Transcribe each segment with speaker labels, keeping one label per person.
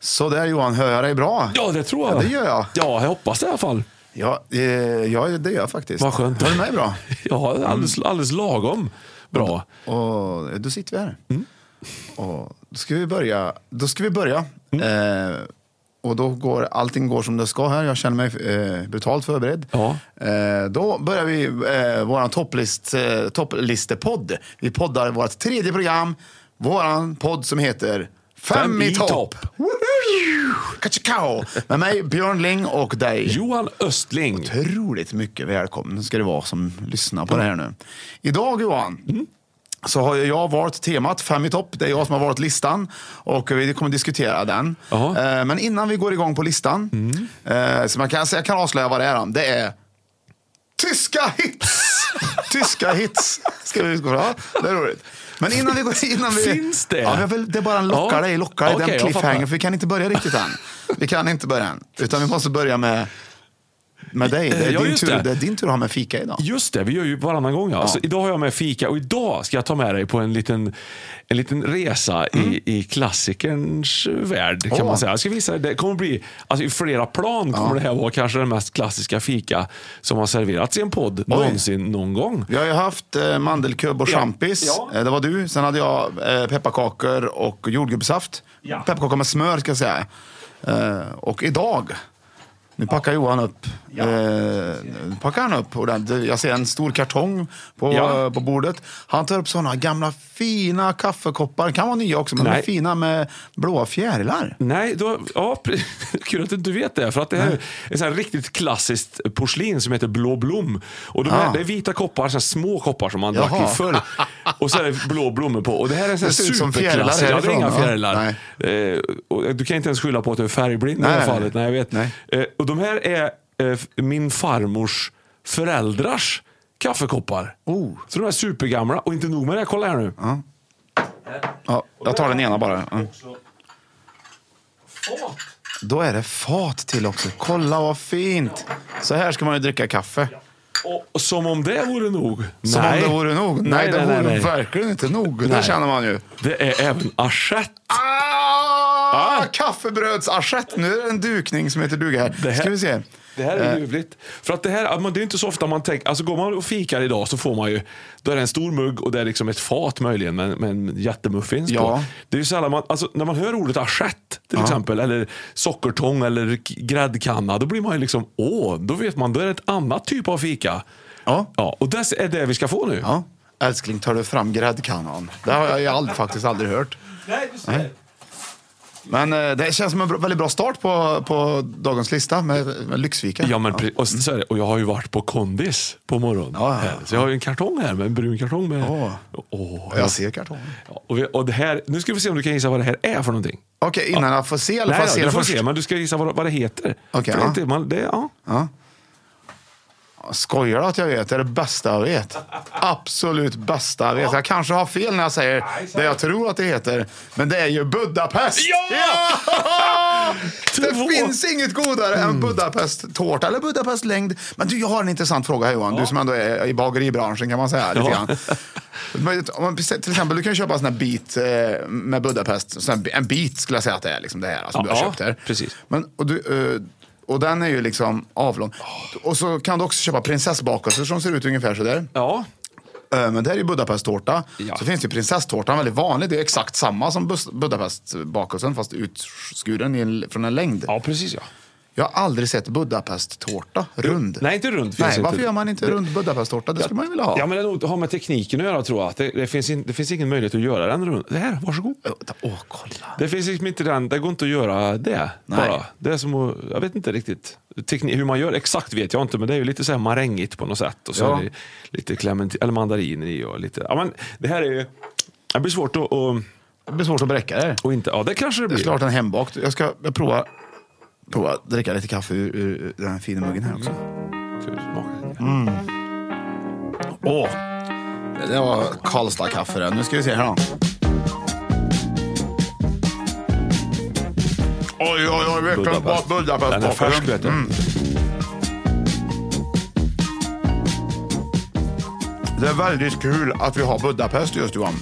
Speaker 1: Så där Johan, hör jag dig bra?
Speaker 2: Ja, det tror jag.
Speaker 1: Ja, det gör jag.
Speaker 2: Ja, jag hoppas det i alla fall.
Speaker 1: Ja, eh, ja det gör jag faktiskt.
Speaker 2: Vad skönt.
Speaker 1: Hör du mig bra?
Speaker 2: Ja,
Speaker 1: Mm.
Speaker 2: alldeles, alldeles lagom bra.
Speaker 1: Och eh, då sitter vi här.
Speaker 2: Mm.
Speaker 1: Och då ska vi börja. Då ska vi börja.
Speaker 2: Mm.
Speaker 1: Eh, och då går allting går som det ska här. Jag känner mig eh, brutalt förberedd.
Speaker 2: Ja.
Speaker 1: Eh, då börjar vi eh, vår topplist, eh, topplistepodd. Vi poddar vårt tredje program. Vår podd som heter Fem,
Speaker 2: Fem
Speaker 1: i
Speaker 2: i
Speaker 1: topp.
Speaker 2: topp.
Speaker 1: Woho! Kachikao! Med mig, Björn Ling och dig.
Speaker 2: Johan Östling.
Speaker 1: Otroligt mycket välkommen ska det vara som lyssnar på det här nu. Idag Johan,
Speaker 2: Mm.
Speaker 1: så har ju jag valt temat Fem i topp. Det är jag som har valt listan och vi kommer diskutera den.
Speaker 2: Jaha. Mm.
Speaker 1: Eh, Men innan vi går igång på listan, eh, så man kan, så jag kan avslöja vad det är. om. Det är tyska hits! tyska hits ska vi utgå från. Det är roligt. Men innan vi går... Innan vi,
Speaker 2: Finns det?
Speaker 1: Ja, jag vill, det är bara en lockare
Speaker 2: Ja.
Speaker 1: dig, lockar dig.
Speaker 2: Okej,
Speaker 1: den
Speaker 2: jag
Speaker 1: cliffhanger,
Speaker 2: fattar.
Speaker 1: för vi kan inte börja riktigt än. Vi kan inte börja än, utan vi måste börja med med dig. Det är,
Speaker 2: Eh, Ja,
Speaker 1: din,
Speaker 2: just
Speaker 1: tur, det.
Speaker 2: det.
Speaker 1: är din tur att ha med fika idag.
Speaker 2: Just det, vi gör ju varannan gång. Ja. Så idag har jag med fika och idag ska jag ta med dig på en liten, en liten resa i, i klassikerns värld. kan
Speaker 1: Mm. Åh.
Speaker 2: man säga. Jag ska visa dig, det kommer bli, alltså, I flera plan kommer det här vara kanske den mest klassiska fika som har serverats i en podd någonsin någon gång.
Speaker 1: Vi har ju haft eh, mandelkubb och
Speaker 2: Ja.
Speaker 1: champis.
Speaker 2: Ja.
Speaker 1: Eh, det var du. Sen hade jag eh, pepparkakor och jordgubbssaft.
Speaker 2: Ja.
Speaker 1: Pepparkakor med smör ska jag säga. Eh, och idag, nu packar Johan upp. Eh, nu packar han upp. ordentligt. Jag ser en stor kartong på,
Speaker 2: Ja.
Speaker 1: eh, på bordet. Han tar upp sådana gamla fina kaffekoppar. Kan vara nya också, men de är
Speaker 2: Nej.
Speaker 1: fina med blåa fjärilar.
Speaker 2: Nej, då, ja, pre- kul att du inte vet det. För att det här är ett sånt här riktigt klassiskt porslin som heter Blå Blom. Och de här,
Speaker 1: Ah.
Speaker 2: Det är vita koppar, så här små koppar som man
Speaker 1: Jaha.
Speaker 2: drack i förr. Och så är det blå blommor på. Och det här är en sån här
Speaker 1: Det ser ut som
Speaker 2: superklassisk.
Speaker 1: fjärilar
Speaker 2: Ja, det är inga
Speaker 1: härifrån, va?
Speaker 2: fjärilar. Eh, och du kan inte ens skylla på att du är färgblind i
Speaker 1: Nej,
Speaker 2: det här
Speaker 1: nej,
Speaker 2: fallet. Nej, jag vet.
Speaker 1: nej.
Speaker 2: Eh, och de här är eh, f- min farmors föräldrars kaffekoppar.
Speaker 1: Oh.
Speaker 2: Så de är supergamla. Och inte nog med det, kolla här nu.
Speaker 1: Ja, jag tar den ena bara. Mm.
Speaker 2: Fat.
Speaker 1: Då är det fat till också. Kolla vad fint! Så här ska man ju dricka kaffe.
Speaker 2: Och, och som om det vore nog.
Speaker 1: Som
Speaker 2: nej.
Speaker 1: om det vore nog. Nej, det vore verkligen inte nog. Det
Speaker 2: Nej.
Speaker 1: känner man ju.
Speaker 2: Det är även assiett.
Speaker 1: Ah, Kaffebrödsassiett. Nu är det en dukning som heter duga här.
Speaker 2: Det här-
Speaker 1: Ska vi se.
Speaker 2: Det här
Speaker 1: Eh.
Speaker 2: är ljuvligt. För att det här, man- det är inte så ofta man tänker, alltså går man och fikar idag så får man ju, då är det en stor mugg och det är liksom ett fat möjligen med, med en jättemuffins
Speaker 1: Ja.
Speaker 2: på. Det är ju sällan man, alltså när man hör ordet assiett till exempel, eller sockertång eller k- gräddkanna, då blir man ju liksom, åh, då vet man, då är det ett annat typ av fika.
Speaker 1: Ja.
Speaker 2: Ja, och det är det vi ska få nu.
Speaker 1: ja. Älskling, tar du fram gräddkannan? Det har jag ju aldrig, faktiskt aldrig hört.
Speaker 2: Nej, du ser.
Speaker 1: Men eh, det känns som en bra, väldigt bra start på, på dagens lista med, med Lyxvika.
Speaker 2: Ja, men pre- och, så är det, och jag har ju varit på kondis på morgonen.
Speaker 1: Ja, ja,
Speaker 2: här. Så jag har ju en kartong här, med en brun kartong. Med,
Speaker 1: Åh.
Speaker 2: Åh,
Speaker 1: Jag ser kartongen.
Speaker 2: ja, och vi, och det här, nu ska vi se om du kan gissa vad det här är för någonting.
Speaker 1: Okej, innan jag får se. Eller
Speaker 2: Nej,
Speaker 1: jag
Speaker 2: då,
Speaker 1: se
Speaker 2: du
Speaker 1: det
Speaker 2: får
Speaker 1: först?
Speaker 2: se, men du ska gissa vad, vad det heter.
Speaker 1: Okej,
Speaker 2: För det är
Speaker 1: ja.
Speaker 2: inte, man, det, ja.
Speaker 1: Ja. Skojar du att jag vet? Det är det bästa jag vet. Absolut bästa jag vet. Jag kanske har fel när jag säger det jag tror att det heter. Men det är ju Budapest!
Speaker 2: Ja!
Speaker 1: Ja!
Speaker 2: Två. Mm.
Speaker 1: Det finns inget godare än Budapest-tårta eller Budapest-längd. Men du, jag har en intressant fråga här Johan. Du som ändå är i bageribranschen kan man säga. Lite
Speaker 2: Ja.
Speaker 1: grann. Men om man- Till exempel, du kan köpa en sån här bit eh, med Budapest. Sån här, en bit skulle jag säga att det är, liksom det här som du har
Speaker 2: Ja,
Speaker 1: köpt här.
Speaker 2: precis.
Speaker 1: Men, och, du, eh, och den är ju liksom avlång. Och så kan du också köpa prinsessbakelser som ser ut ungefär sådär.
Speaker 2: Ja.
Speaker 1: Eh, Men det här är ju Budapesttårta.
Speaker 2: Ja.
Speaker 1: Så finns det ju prinsesstårtan, väldigt vanlig. Det är exakt samma som bus- Budapestbakelsen fast utskuren i en, från en längd.
Speaker 2: ja, precis ja.
Speaker 1: Jag har aldrig sett Budapesttårta rund.
Speaker 2: Nej, inte rund finns
Speaker 1: Nej,
Speaker 2: inte.
Speaker 1: varför gör man inte rund Budapesttårta? Det skulle man ju vilja ha.
Speaker 2: Ja, men det nog har med tekniken att göra tror jag. Det, det, finns, in, det finns ingen möjlighet att göra den rund. Det här, varsågod.
Speaker 1: Åh, kolla.
Speaker 2: Det finns liksom inte den, det går inte att göra det.
Speaker 1: Nej.
Speaker 2: Bara. Det är som att, jag vet inte riktigt. Teknik, hur man gör exakt vet jag inte, men det är ju lite så här marängigt på något sätt. Och så
Speaker 1: Ja.
Speaker 2: är det lite clement, eller mandarin i och lite... Ja, men det här är ju... Det blir svårt att... Och,
Speaker 1: Det blir svårt att bräcka det.
Speaker 2: och inte, ja, det kanske det
Speaker 1: Det är
Speaker 2: blir.
Speaker 1: klart en hembakt. Jag ska jag prova, prova att dricka lite kaffe ur, ur den här fina muggen här också.
Speaker 2: Ska vi smaka?
Speaker 1: Mm. Åh! Det var Karlstad-kaffe det. Nu ska vi se här då. Oj, oj, oj. Veckans bak-
Speaker 2: Budapest.
Speaker 1: Budapest. Mm.
Speaker 2: Den är färsk vet du.
Speaker 1: Det är väldigt kul att vi har Budapest just Johan.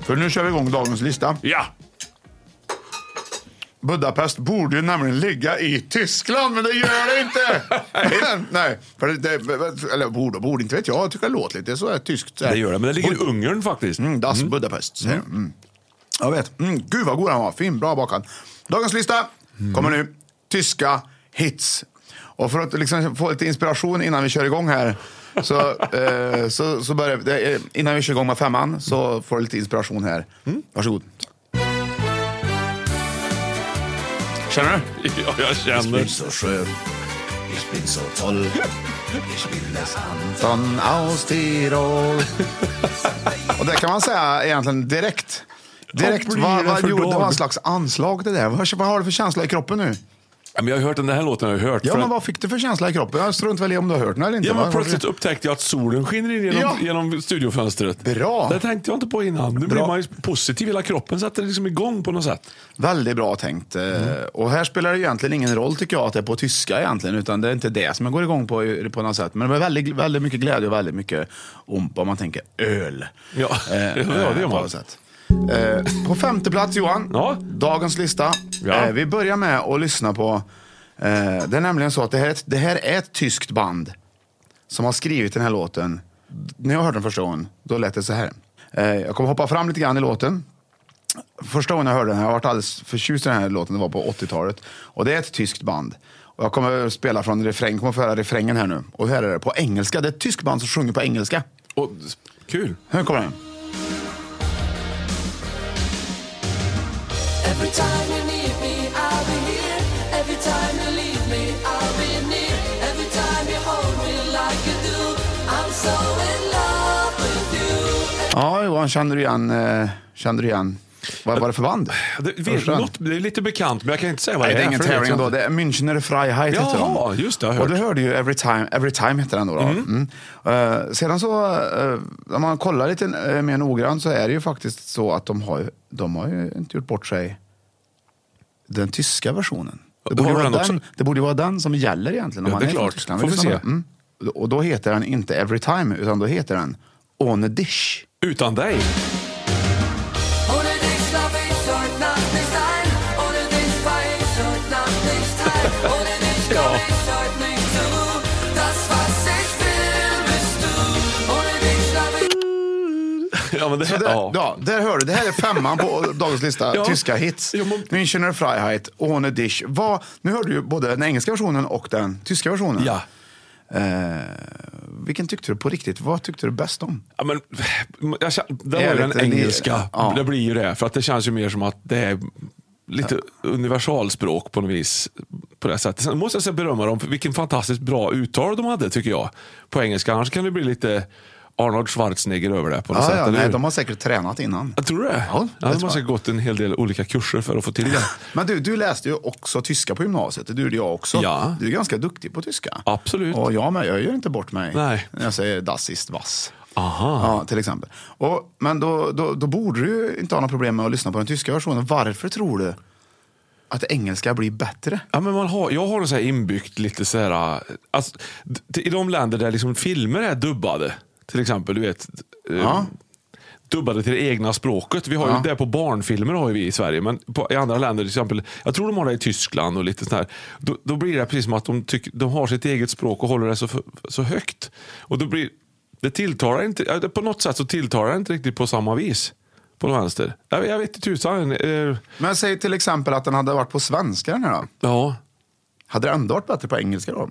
Speaker 1: För nu kör vi igång dagens lista.
Speaker 2: Mm. Ja!
Speaker 1: Budapest borde ju nämligen ligga i Tyskland, men det gör det inte! Nej, för det, det, eller borde och borde, inte vet jag. Jag tycker det låter lite så här tyskt. Så här.
Speaker 2: Det gör det, men det ligger i Ungern faktiskt.
Speaker 1: Mm, das Budapest. säger jag. Mm. Jag vet. Mm, gud vad god han var. Fin, bra bakad. Dagens lista kommer nu. Tyska hits. Och för att liksom få lite inspiration innan vi kör igång här. Så, eh, så, så börjar vi, det är- innan vi kör igång med femman så får du lite inspiration här. Varsågod. Känner du?
Speaker 2: Ja, jag känner.
Speaker 1: so schön, ich bin so toll, ich bin das Anton aus Tirol. Och det kan man säga egentligen direkt. Direkt,
Speaker 2: Vad blir
Speaker 1: vad,
Speaker 2: det
Speaker 1: vad
Speaker 2: för
Speaker 1: gjorde, det
Speaker 2: dag?
Speaker 1: var en slags anslag det där. Vad, vad har du för känsla i kroppen nu?
Speaker 2: Ja, men jag har hört den här låten, jag har hört.
Speaker 1: Ja,
Speaker 2: för
Speaker 1: men
Speaker 2: att-
Speaker 1: vad fick du för känsla i kroppen? Jag strunt väl i om du har hört den eller inte.
Speaker 2: Ja, men
Speaker 1: va?
Speaker 2: plötsligt upptäckte jag att solen skiner in genom,
Speaker 1: Ja.
Speaker 2: genom studiofönstret.
Speaker 1: Bra.
Speaker 2: Det tänkte jag inte på innan. Nu blir man ju positiv i hela kroppen, sätter liksom igång på något sätt.
Speaker 1: Väldigt bra tänkt. Eh,
Speaker 2: Mm.
Speaker 1: Och här spelar det egentligen ingen roll tycker jag att det är på tyska egentligen. Utan det är inte det som jag går igång på i- på något sätt. Men det var väldigt, väldigt mycket glädje och väldigt mycket ompa om man tänker öl. Eh,
Speaker 2: Ja, ja, det gör
Speaker 1: på
Speaker 2: man.
Speaker 1: något sätt. Eh, På femte plats Johan,
Speaker 2: Ja.
Speaker 1: dagens lista.
Speaker 2: Ja.
Speaker 1: Eh, Vi börjar med att lyssna på, eh, det är nämligen så att det här, är ett- det här är ett tyskt band som har skrivit den här låten. D- När jag hörde den första gången, då lät det så här. Eh, Jag kommer hoppa fram lite grann i låten. Första gången jag hörde den, här, jag varit alldeles förtjust i den här låten, det var på 80-talet. Och det är ett tyskt band. Och jag kommer spela från refräng, kommer få höra refrängen här nu. Och här är det på engelska, det är ett tyskt band som sjunger på engelska.
Speaker 2: Och, kul.
Speaker 1: Här kommer den.
Speaker 3: Every time you need me, I'll be here. Every time you leave me, I'll be near. Every time you hold me like you do, I'm so in love with you.
Speaker 1: Ja, Johan, känner du igen, eh, känner du igen vad var det för band?
Speaker 2: Det, vet,
Speaker 1: Första.
Speaker 2: något, det är lite bekant, men jag kan inte säga vad
Speaker 1: Nej, det
Speaker 2: det
Speaker 1: är ingen
Speaker 2: för vet
Speaker 1: tävling
Speaker 2: jag
Speaker 1: då.
Speaker 2: inte.
Speaker 1: Det är Münchener Freiheit heter de.
Speaker 2: Jaha, just det, jag har
Speaker 1: Och
Speaker 2: hört.
Speaker 1: du hörde ju Every Time, Every Time heter den då. då. Mm. Eh, sedan så, eh, om man kollar lite eh, mer noggrant så är det ju faktiskt så att de har, ju- de har ju inte gjort bort sig den tyska versionen. Det
Speaker 2: Har
Speaker 1: borde, ju
Speaker 2: du
Speaker 1: vara
Speaker 2: den också?
Speaker 1: den, det borde ju vara den som gäller egentligen om
Speaker 2: Ja,
Speaker 1: man
Speaker 2: det är
Speaker 1: är från
Speaker 2: klart.
Speaker 1: Tyskland.
Speaker 2: Får vi
Speaker 1: lyssnar
Speaker 2: se.
Speaker 1: på den. Mm. Och då heter den inte Every Time utan då heter den On a Dish.
Speaker 2: Utan dig.
Speaker 3: Ohne dich schlaf ich heute Nacht nicht ein. Ohne dich weih ich heute Nacht nicht ein. Ohne dich komm
Speaker 2: Ja.
Speaker 3: ich heute nicht zur Ruhe. Das, was ich will, bist du. Ohne dich schlaf ich...
Speaker 2: Ja, men det,
Speaker 1: Så där, ja.
Speaker 2: ja.
Speaker 1: där hör du. Det här är femman på dagens lista.
Speaker 2: Ja.
Speaker 1: Tyska hits.
Speaker 2: Ja, men-
Speaker 1: Münchener Freiheit, Ohne Dich. Vad, nu hörde du ju både den engelska versionen och den tyska versionen.
Speaker 2: Ja.
Speaker 1: Eh, vilken tyckte du på riktigt? Vad tyckte du bäst om?
Speaker 2: Ja, men, jag känner, det var ju
Speaker 1: Ärligt,
Speaker 2: den
Speaker 1: det-
Speaker 2: engelska.
Speaker 1: ja.
Speaker 2: Det blir ju det. För att det känns ju mer som att det är lite universalspråk på något vis. På det sättet. Sen måste jag säga berömma dem för vilken fantastiskt bra uttal de hade tycker jag. På engelska. Annars kan det bli lite Arnold Schwarzenegger över det på något
Speaker 1: Ja, ja,
Speaker 2: sätt. eller
Speaker 1: Alltså, nej,
Speaker 2: hur?
Speaker 1: de har säkert tränat innan.
Speaker 2: Jag tror det.
Speaker 1: Ja,
Speaker 2: Ja,
Speaker 1: det tror
Speaker 2: de har
Speaker 1: jag.
Speaker 2: säkert gått en hel del olika kurser för att få till det.
Speaker 1: Men du, du läste ju också tyska på gymnasiet. Det gjorde jag också.
Speaker 2: Ja.
Speaker 1: Du är ganska duktig på tyska.
Speaker 2: Absolut.
Speaker 1: Och jag med. Jag gör inte bort mig
Speaker 2: Nej.
Speaker 1: när jag säger das ist was.
Speaker 2: Aha.
Speaker 1: Ja, till exempel. Och, men då, då, då borde du ju inte ha några problem med att lyssna på den tyska versionen. Varför tror du att engelska blir bättre?
Speaker 2: Ja, men man har, jag har det så här inbyggt lite så här... Alltså, d- I de länder där liksom filmer är dubbade, till exempel, du vet. eh,
Speaker 1: Ja.
Speaker 2: Dubbade till det egna språket. Vi har ju det på barnfilmer har ju vi i Sverige. Men på, i andra länder, till exempel, jag tror de har det i Tyskland och lite sån här. Då, då blir det precis som att de, tycker, de har sitt eget språk och håller det så, f- så högt. Och då blir, det tilltalar inte, ja, det- på något sätt så tilltalar det inte riktigt på samma vis. På någon vänster. Jag, jag vet inte tusan. eh,
Speaker 1: Men säg till exempel att den hade varit på svenska den här då.
Speaker 2: Ja.
Speaker 1: Hade det ändå varit bättre på engelska då?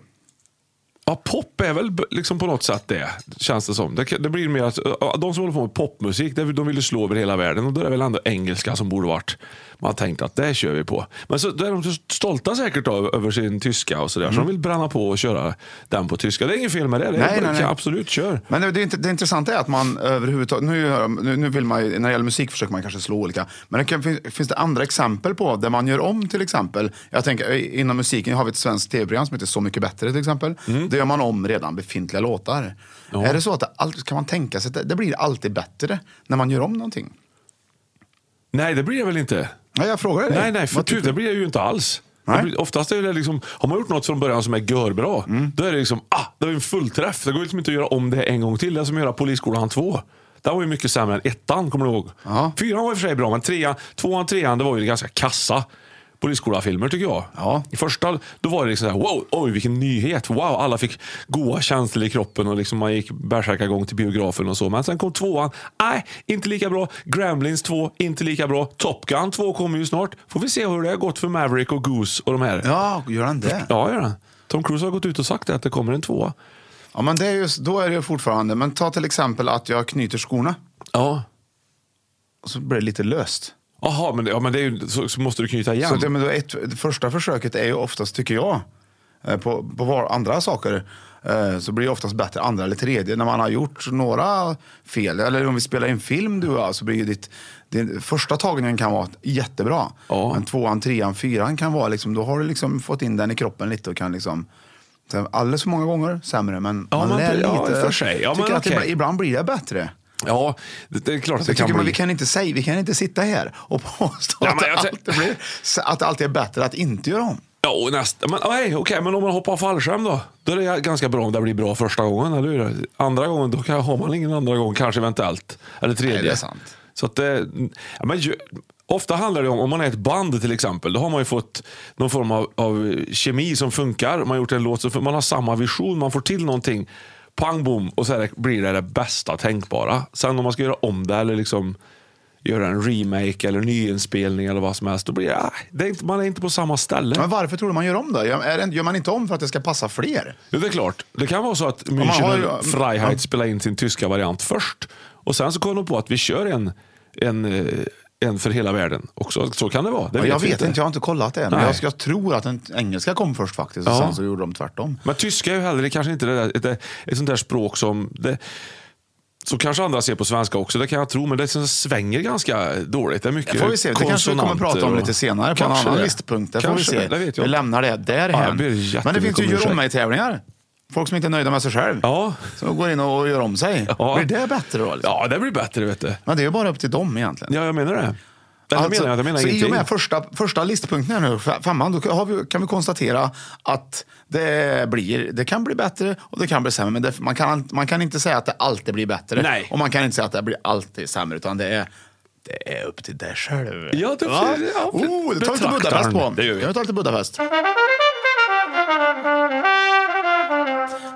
Speaker 2: Ja, pop är väl b- liksom på något sätt det, känns det som. Det, kan- det blir mer att, ja, de som håller på med popmusik, det- de vill ju slå över hela världen. Och då är det väl ändå engelska som borde varit. Man har tänkt att det kör vi på. Men så, då är de så stolta säkert av, över sin tyska och sådär. Så de vill bränna på och köra den på tyska. Det är ingen fel med det. det
Speaker 1: Mm. Nej,
Speaker 2: är,
Speaker 1: nej, nej.
Speaker 2: Kan absolut kör.
Speaker 1: Men det, det, är inte- det intressanta är att man överhuvudtaget, nu, gör- nu, nu vill man ju, när det gäller musik försöker man kanske slå olika, men det kan, finns, finns det andra exempel på där man gör om till exempel, jag tänker eh, inom musiken har vi ett svenskt tv-program som heter Så mycket bättre till exempel,
Speaker 2: Mm.
Speaker 1: då gör man om redan befintliga låtar. Är det så att det, allt- kan man tänka sig att det, det blir alltid bättre när man gör om någonting?
Speaker 2: Nej, det blir det väl inte.
Speaker 1: Ja, jag frågar dig.
Speaker 2: Nej, nej, för
Speaker 1: Vad
Speaker 2: tu,
Speaker 1: tycker
Speaker 2: det blir det ju inte alls.
Speaker 1: Nej.
Speaker 2: Det blir, oftast är det liksom, har man gjort något från början som är görbra, då är det liksom, ah, det var en fullträff. Det går liksom inte att göra om det en gång till. Det är som att göra Polisskolan 2. Den var ju mycket sämre än ettan, kommer du ihåg?
Speaker 1: Ja.
Speaker 2: Fyran var i och för sig bra, men trean, tvåan, trean, det var ju ganska kassa. Polisskola-filmer tycker jag.
Speaker 1: Ja.
Speaker 2: I första, då var det liksom så här, wow, oj vilken nyhet, wow, alla fick goa känslor i kroppen och liksom man gick bärsärkagång till biografen och så. Men sen kom tvåan, nej, inte lika bra. Gremlins 2, inte lika bra. Top Gun 2 kommer ju snart. Får vi se hur det har gått för Maverick och Goose och de här.
Speaker 1: Ja, gör han det?
Speaker 2: Ja, gör det. Tom Cruise har gått ut och sagt det, att det kommer en tvåa.
Speaker 1: Ja, men det är just, då är det ju fortfarande, men ta till exempel att jag knyter skorna,
Speaker 2: Ja.
Speaker 1: och så blir det lite löst.
Speaker 2: Jaha, men, det- ja, men det är ju, så, så måste du knyta igen.
Speaker 1: Så det, men då ett, det första försöket är ju oftast, tycker jag, eh, på, på var, andra saker eh, så blir det oftast bättre andra eller tredje. När man har gjort några fel, eller om vi spelar in film du och jag, så blir ju ditt, din första tagningen kan vara jättebra.
Speaker 2: Ja.
Speaker 1: Men tvåan, trean, fyran kan vara liksom, då har du liksom fått in den i kroppen lite och kan liksom sen alldeles för många gånger sämre, men
Speaker 2: Ja,
Speaker 1: man
Speaker 2: men
Speaker 1: lär
Speaker 2: pre-
Speaker 1: lite.
Speaker 2: ja, i och för sig. Ja,
Speaker 1: tycker
Speaker 2: men
Speaker 1: att det,
Speaker 2: okej.
Speaker 1: ibland- ibland blir det bättre.
Speaker 2: Ja, det, det är klart att
Speaker 1: Så Alltså,
Speaker 2: det
Speaker 1: jag tycker
Speaker 2: kan bli.
Speaker 1: man, vi, kan inte säga, vi kan inte sitta här och påstå
Speaker 2: Ja,
Speaker 1: att,
Speaker 2: men jag
Speaker 1: det
Speaker 2: ser-
Speaker 1: alltid blir, att det alltid är bättre att inte göra om.
Speaker 2: Ja, och nästa. Men, nej, okej, men om man hoppar fallskärm då? Då är det ganska bra om det blir bra första gången, eller hur? Andra gången, då kan, har man ingen andra gång, kanske eventuellt. Eller tredje.
Speaker 1: Nej, det är sant.
Speaker 2: Så att det, ja, men, ju, ofta handlar det om, om man är ett band till exempel, då har man ju fått någon form av, av kemi som funkar. Man har gjort en låt, så man har samma vision, man får till någonting. Pang bom, och så är det, blir det det bästa tänkbara. Sen om man ska göra om det eller liksom göra en remake eller nyinspelning eller vad som helst, då blir det, nej, det är inte, man är inte på samma ställe.
Speaker 1: Men varför tror du man gör om då? Gör- Är det, gör man inte om för att det ska passa fler?
Speaker 2: Ja, det är klart. Det kan vara så att
Speaker 1: man
Speaker 2: München
Speaker 1: har
Speaker 2: och
Speaker 1: ju-
Speaker 2: Freiheit
Speaker 1: ja.
Speaker 2: spelade in sin tyska variant först. Och sen så kom de på att vi kör en, en, eh, en för hela världen också. Så kan det vara. Det
Speaker 1: Ja, jag
Speaker 2: vi
Speaker 1: vet inte, jag har inte kollat det. Men
Speaker 2: Nej.
Speaker 1: jag, jag tror att den engelska kom först faktiskt och
Speaker 2: Ja.
Speaker 1: sen så gjorde de tvärtom.
Speaker 2: Men tyska är ju heller kanske inte det där, ett, ett sånt där språk som... Det, så kanske andra ser på svenska också, det kan jag tro. Men det som svänger ganska dåligt. Det är mycket
Speaker 1: Det får vi se. Det kanske vi kommer att prata om
Speaker 2: och-
Speaker 1: lite senare på
Speaker 2: Kanske
Speaker 1: en annan
Speaker 2: det.
Speaker 1: listpunkt. Det får vi
Speaker 2: Kanske
Speaker 1: se.
Speaker 2: Det, det vet
Speaker 1: Vi
Speaker 2: jag.
Speaker 1: lämnar det
Speaker 2: Ja,
Speaker 1: därhän.
Speaker 2: jag ber jättemycket
Speaker 1: men det finns ju
Speaker 2: om
Speaker 1: gör
Speaker 2: ursäkt.
Speaker 1: om mig-tävlingar. Folk som inte är nöjda med sig själv.
Speaker 2: Ja.
Speaker 1: Som går in och gör om sig.
Speaker 2: Ja.
Speaker 1: Blir det bättre då? Liksom?
Speaker 2: Ja, det blir bättre vet du.
Speaker 1: Men det är ju bara upp till dem egentligen.
Speaker 2: Ja, jag menar det. Eller
Speaker 1: Alltså,
Speaker 2: menar jag, jag menar
Speaker 1: så i och
Speaker 2: ingenting.
Speaker 1: med första, första listpunkten här nu, f- femman, då har vi, kan vi konstatera att det, blir, det kan bli bättre och det kan bli sämre. Men det, man, kan, man kan inte säga att det alltid blir bättre.
Speaker 2: Nej.
Speaker 1: Och man kan inte säga att det blir alltid sämre. Utan det är, det är upp till dig själv.
Speaker 2: Ja, det-
Speaker 1: Va?
Speaker 2: ja, för-
Speaker 1: oh, det tar vi till
Speaker 2: betraktaren.
Speaker 1: Budapest på.
Speaker 2: Det gör vi.
Speaker 1: Kan vi ta lite Budapest?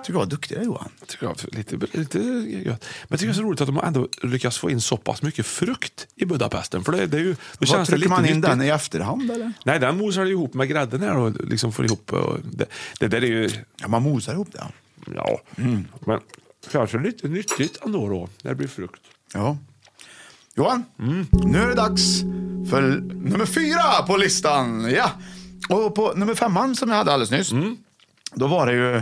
Speaker 1: Tycker du var duktig där, Johan.
Speaker 2: tycker jag är lite, lite gött. Men jag tycker det är så roligt att de ändå lyckas få in så pass mycket frukt i Budapesten. För det, det är ju, då
Speaker 1: Vad
Speaker 2: känns det
Speaker 1: trycker
Speaker 2: lite
Speaker 1: man in
Speaker 2: nyttigt.
Speaker 1: den i efterhand eller?
Speaker 2: Nej, den mosar du ihop med grädden här och liksom får ihop. Och det, det där är ju,
Speaker 1: Ja, man mosar ihop det.
Speaker 2: ja,
Speaker 1: Mm.
Speaker 2: men kanske lite nyttigt ändå då, när det blir frukt.
Speaker 1: Ja. Johan, nu är det dags för nummer fyra på listan. Ja. Och på nummer femman som jag hade alldeles nyss,
Speaker 2: Mm.
Speaker 1: då var det ju